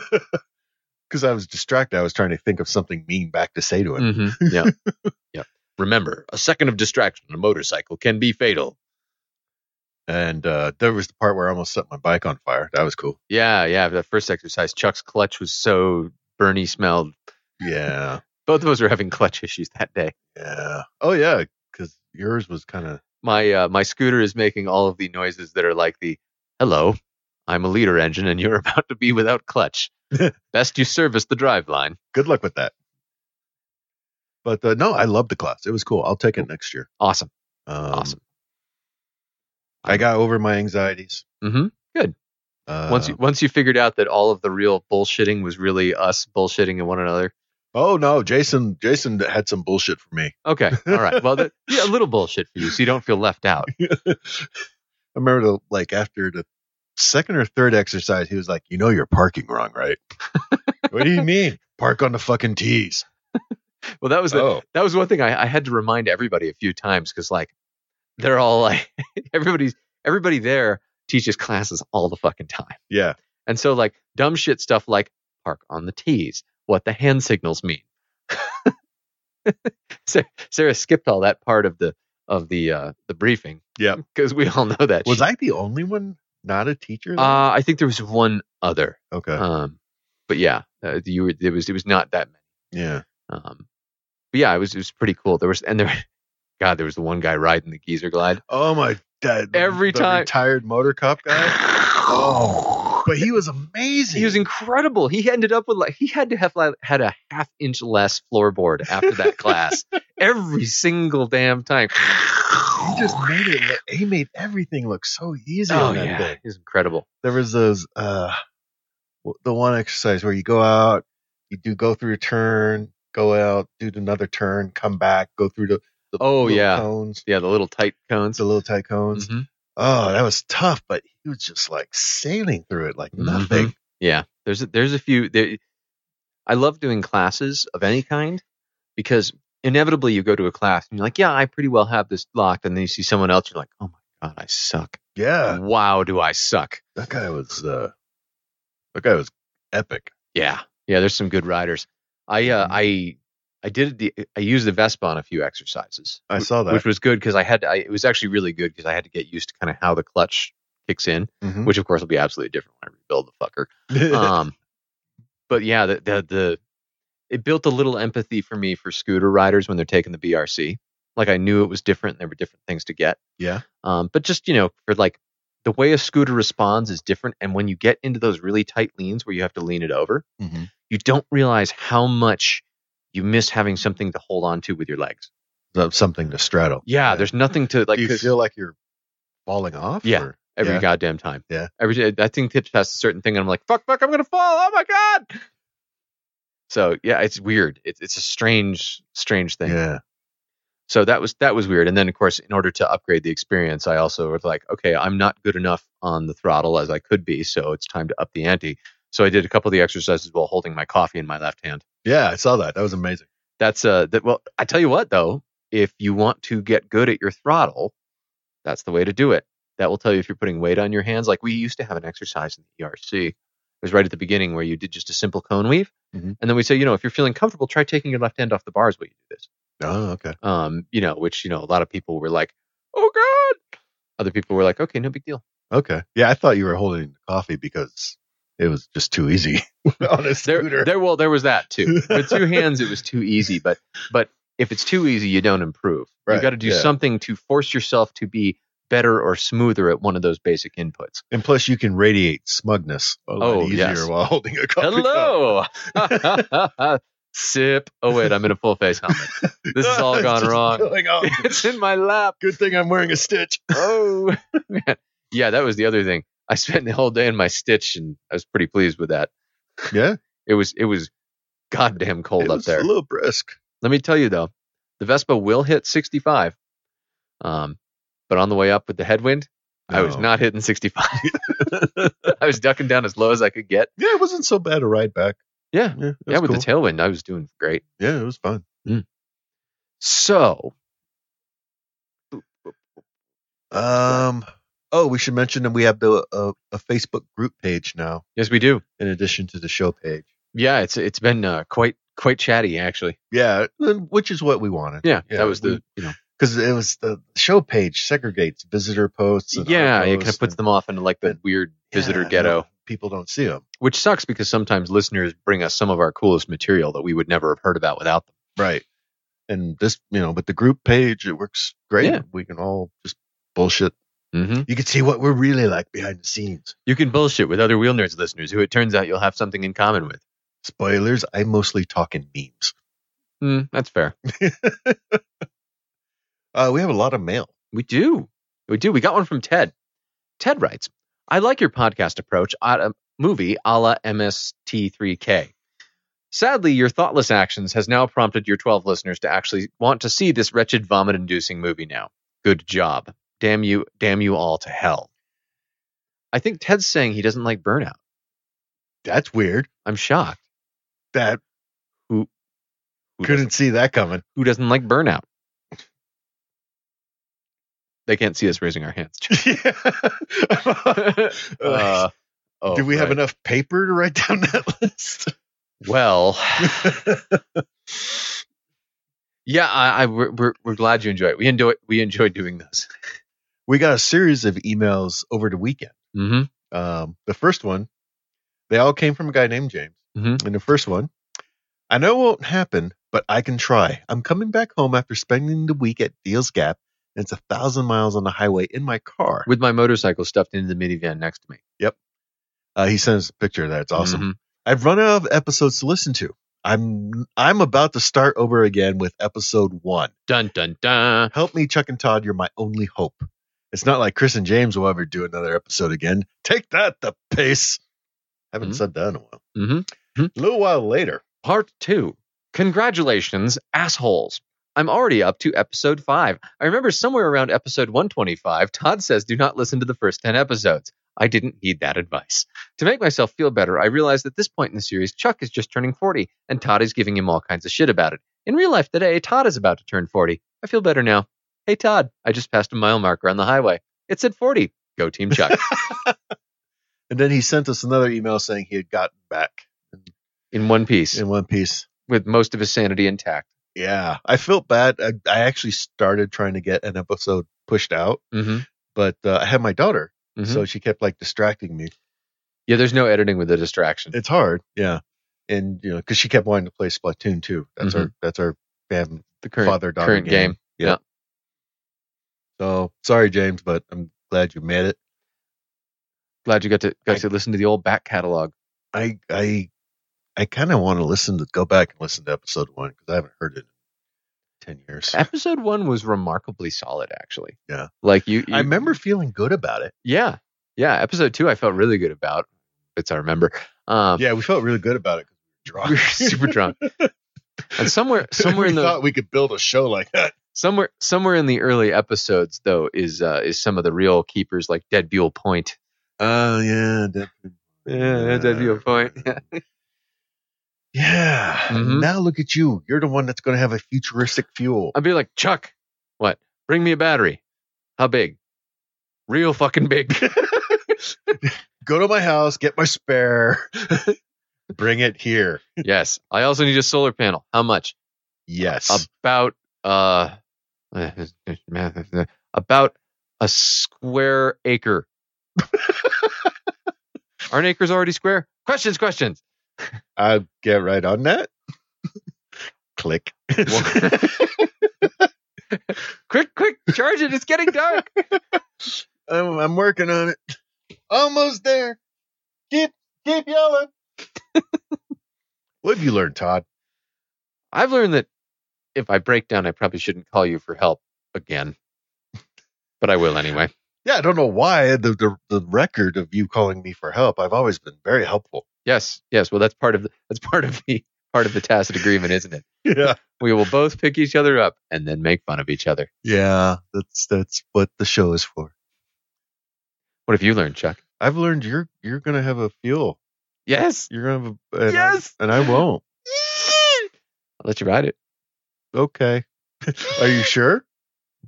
Because I was distracted. I was trying to think of something mean back to say to him. hmm Yeah. Yeah. Remember, a second of distraction on a motorcycle can be fatal. And uh, there was the part where I almost set my bike on fire. That was cool. Yeah, yeah. That first exercise, Chuck's clutch was so Bernie smelled. Yeah. Both of us were having clutch issues that day. Yeah. Oh yeah, because yours was kind of My uh, my scooter is making all of the noises that are like the "Hello, I'm a leader engine, and you're about to be without clutch. Best you service the drive line. good luck with that. But uh, no, I loved the class. It was cool. I'll take it next year. Awesome, Um, awesome. I got over my anxieties. hmm Uh, once you once you figured out that all of the real bullshitting was really us bullshitting and one another. Oh no, Jason. Jason had some bullshit for me. Okay. All right. Well, that, yeah, a little bullshit for you, so you don't feel left Oh. out. I remember, the, like after the second or third exercise, he was like, "You know, you're parking wrong, right?" what do you mean? Park on the fucking tees. Well, that was the, Oh, that was one thing I, I had to remind everybody a few times because like they're all like everybody's everybody there teaches classes all the fucking time. yeah. And so like dumb shit stuff like park on the T's, what the hand signals mean. Sa- Sarah skipped all that part of the of the uh, the briefing. Yep. because we all know that. Was shit. I the only one not a teacher? Uh, I think there was one other. okay. Um, but yeah, uh, you were, it was it was not that yeah. many. Um, but yeah, it was it was pretty cool. There was and there, God, there was the one guy riding the geezer glide. Oh my god. Every the time- retired motor cop guy. Oh, But he was amazing. He was incredible. He ended up with like he had to have like, had a half inch less floorboard after that class every single damn time. he just made it. Look, he made everything look so easy oh on that yeah, thing. he's incredible. There was those uh, w- the one exercise where you go out, you do go through a turn, go out, do another turn, come back, go through the, the Oh, little yeah. cones, Yeah, the little tight cones. the little tight cones. Mhm. Oh, that was tough, but he was just like sailing through it like nothing. Yeah, there's a, there's a few. There, I love doing classes of any kind because inevitably you go to a class and you're like, yeah, I pretty well have this locked, and then you see someone else, you're like, oh my god, I suck. Yeah, wow, do I suck? that guy was uh, that guy was epic. Yeah, yeah. There's some good riders. I uh, Mhm. I I did the I used the Vespa on a few exercises, I saw that. which was good because I had to, I, it was actually really good because I had to get used to kind of how the clutch kicks in, Mhm. which of course will be absolutely different when I rebuild the fucker. um, but yeah, the, the the it built a little empathy for me for scooter riders when they're taking the BRC. Like I knew it was different. There were different things to get. Yeah. Um, but just you know, for like the way a scooter responds is different, and when you get into those really tight leans where you have to lean it over, Mhm. you don't realize how much you miss having something to hold on to with your legs. So- something to straddle. Yeah, there's nothing to like. do you 'cause feel like you're falling off? Yeah. or- every yeah. goddamn time. Yeah. Every day that thing tips past a certain thing, and I'm like, fuck, fuck, I'm gonna fall. Oh my god. So yeah, it's weird. It's it's a strange, strange thing. yeah. So that was that was weird. And then of course, in order to upgrade the experience, I also was like, okay, I'm not good enough on the throttle as I could be, so it's time to up the ante. So I did a couple of the exercises while holding my coffee in my left hand. Yeah, I saw that. That was amazing. That's uh that well, I tell you what though, if you want to get good at your throttle, that's the way to do it. That will tell you if you're putting weight on your hands. Like we used to have an exercise in the ERC. It was right at the beginning where you did just a simple cone weave. Mhm. And then we say, you know, if you're feeling comfortable, try taking your left hand off the bars while you do this. Oh, okay. Um, you know, which, you know, a lot of people were like, Oh God. Other people were like, Okay, no big deal. Okay. Yeah, I thought you were holding the coffee because it was just too easy on a There, scooter. there well, there was that too. With two hands it was too easy, but but if it's too easy, you don't improve. Right, you got to do yeah. something to force yourself to be better or smoother at one of those basic inputs. and plus, you can radiate smugness a lot Oh, easier yes. while holding a coffee. Hello. Sip. Oh wait, I'm in a full face helmet. cup. This has all It's gone just wrong. going on. It's in my lap. Good thing I'm wearing a stitch. Oh. yeah, that was the other thing. I spent the whole day in my stitch and I was pretty pleased with that. Yeah. It was it was goddamn cold it up was there. A little brisk. Let me tell you though, the Vespa will hit 65. Um, but on the way up with the headwind, I was No. not hitting 65. I was ducking down as low as I could get. Yeah, it wasn't so bad a ride back. Yeah, Yeah. it was yeah, with cool. the tailwind, I was doing great. yeah, it was fun. So, Um. Oh, we should mention that we have the uh, a Facebook group page now, yes, we do. in addition to the show page. Yeah, it's it's been uh, quite quite chatty actually. Yeah, which is what we wanted. Yeah, that was the you know. because it was the show page segregates visitor posts. And Yeah, our it kind of posts, puts and them off into like the and- weird visitor Yeah, ghetto, no, people don't see them. which sucks because sometimes listeners bring us some of our coolest material that we would never have heard about without them. Right. And this, you know, but the group page it works great. Yeah. We can all just bullshit. Mm-hmm. You can see what we're really like behind the scenes. You can bullshit with other Wheel Nerds listeners who it turns out you'll have something in common with. Spoilers, I mostly talk in memes. Mm, that's fair. Uh, we have a lot of mail. We do. We do. We got one from Ted. Ted writes, I like your podcast approach, a a movie a la MST3K. Sadly, your thoughtless actions has now prompted your 12 listeners to actually want to see this wretched vomit-inducing movie now. Good job. Damn you, damn you all to hell. I think Ted's saying he doesn't like burnout. That's weird. I'm shocked. That Who couldn't see that coming. who doesn't like burnout? They can't see us raising our hands. Uh, oh, Do we have right. enough paper to write down that list? Well, yeah, I, I we're, we're we're glad you enjoy it. We enjoy we enjoy doing this. we got a series of emails over the weekend. Mm-hmm. Um, the first one, they all came from a guy named James. Mhm. And the first one, I know it won't happen, but I can try. I'm coming back home after spending the week at Deals Gap, and it's a thousand miles on the highway in my car. With my motorcycle stuffed into the minivan next to me. Uh, he sends a picture of that. It's awesome. Mm-hmm. I've run out of episodes to listen to. I'm I'm about to start over again with episode one. Dun dun dun. Help me, Chuck and Todd. You're my only hope. It's not like Chris and James will ever do another episode again. Take that, the pace. Haven't Mhm. said that in a while. Mm-hmm. A little while later, Part two. Congratulations, assholes. I'm already up to episode five. I remember somewhere around episode 125, Todd says, do not listen to the first 10 episodes. I didn't heed that advice. To make myself feel better, I realized at this point in the series, Chuck is just turning 40, and Todd is giving him all kinds of shit about it. In real life today, Todd is about to turn 40. I feel better now. Hey, Todd, I just passed a mile marker on the highway. It said 40. Go, Team Chuck. and then he sent us another email saying he had gotten back in one piece, in one piece. with most of his sanity intact. Yeah, I felt bad. I, I actually started trying to get an episode pushed out, Mm-hmm. but uh, I had my daughter, Mhm. so she kept like distracting me. Yeah, there's no editing with the distraction. It's hard, yeah, and you know because she kept wanting to play Splatoon too. That's our that's our fam, the current father daughter current game. Yeah. Yeah. So sorry, James, but I'm glad you made it. Glad you got to got I- to listen to the old back catalog. I I I kind of want to listen to go back and listen to episode one because I haven't heard it in ten years. Episode one was remarkably solid, actually. Yeah. like you, you I remember feeling good about it. Yeah, yeah. Episode two, I felt really good about. It's I remember. Um, Yeah, we felt really good about it. 'cause we were were drunk. super drunk. And somewhere, somewhere we in the thought we could build a show like that. somewhere somewhere in the early episodes, though, is uh, is some of the real keepers like Dead Buell Point. Oh yeah, that, Yeah, Dead Buell Point. yeah. Mhm. Now look at you. You're the one that's going to have a futuristic fuel. I'd be like, Chuck, what? Bring me a battery. How big? Real fucking big. Go to my house, get my spare, bring it here. yes. I also need a solar panel. How much? Yes. about uh about a square acre. Aren't acres already square? Questions, questions. I'll get right on that. Click. Well- Quick, quick, charge it. It's getting dark. I'm, I'm working on it. Almost there. Keep keep yelling. what have you learned, Todd? I've learned that if I break down, I probably shouldn't call you for help again. But I will anyway. Yeah, I don't know why the, the the record of you calling me for help. I've always been very helpful. Yes, yes. Well, that's part of the, that's part of the part of the tacit agreement, isn't it? Yeah, We will both pick each other up and then make fun of each other. yeah. That's that's what the show is for. What have you learned, Chuck? I've learned you're you're gonna have a fuel. Yes. You're gonna have a and I- Yes! and I won't. I'll let you ride it. Okay. Are you sure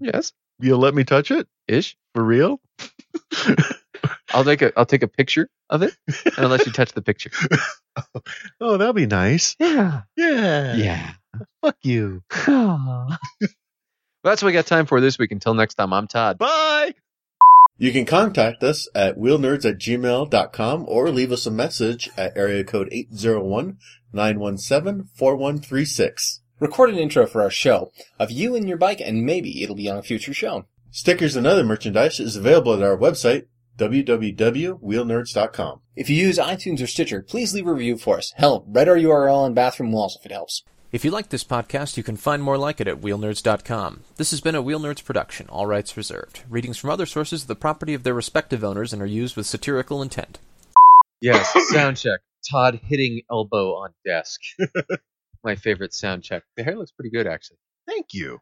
Yes. you'll let me touch it Ish. for real? I'll take a I'll take a picture of it and I'll let you touch the picture. Oh, that'll be nice. Yeah. Yeah. Yeah. Fuck you. well, that's what we got time for this week. Until next time, I'm Todd. Bye. You can contact us at wheelnerds at gmail.com or leave us a message at area code 801-917-4136. Record an intro for our show of you and your bike, and maybe it'll be on a future show. Stickers and other merchandise is available at our website, www.wheelnerds.com. If you use iTunes or Stitcher, please leave a review for us. Hell, write our URL on bathroom walls if it helps. If you like this podcast, you can find more like it at wheelnerds.com. This has been a Wheel Nerds production, all rights reserved. Readings from other sources are the property of their respective owners and are used with satirical intent. Yes, sound check. Todd hitting elbow on desk. My favorite sound check. The hair looks pretty good, actually. Thank you.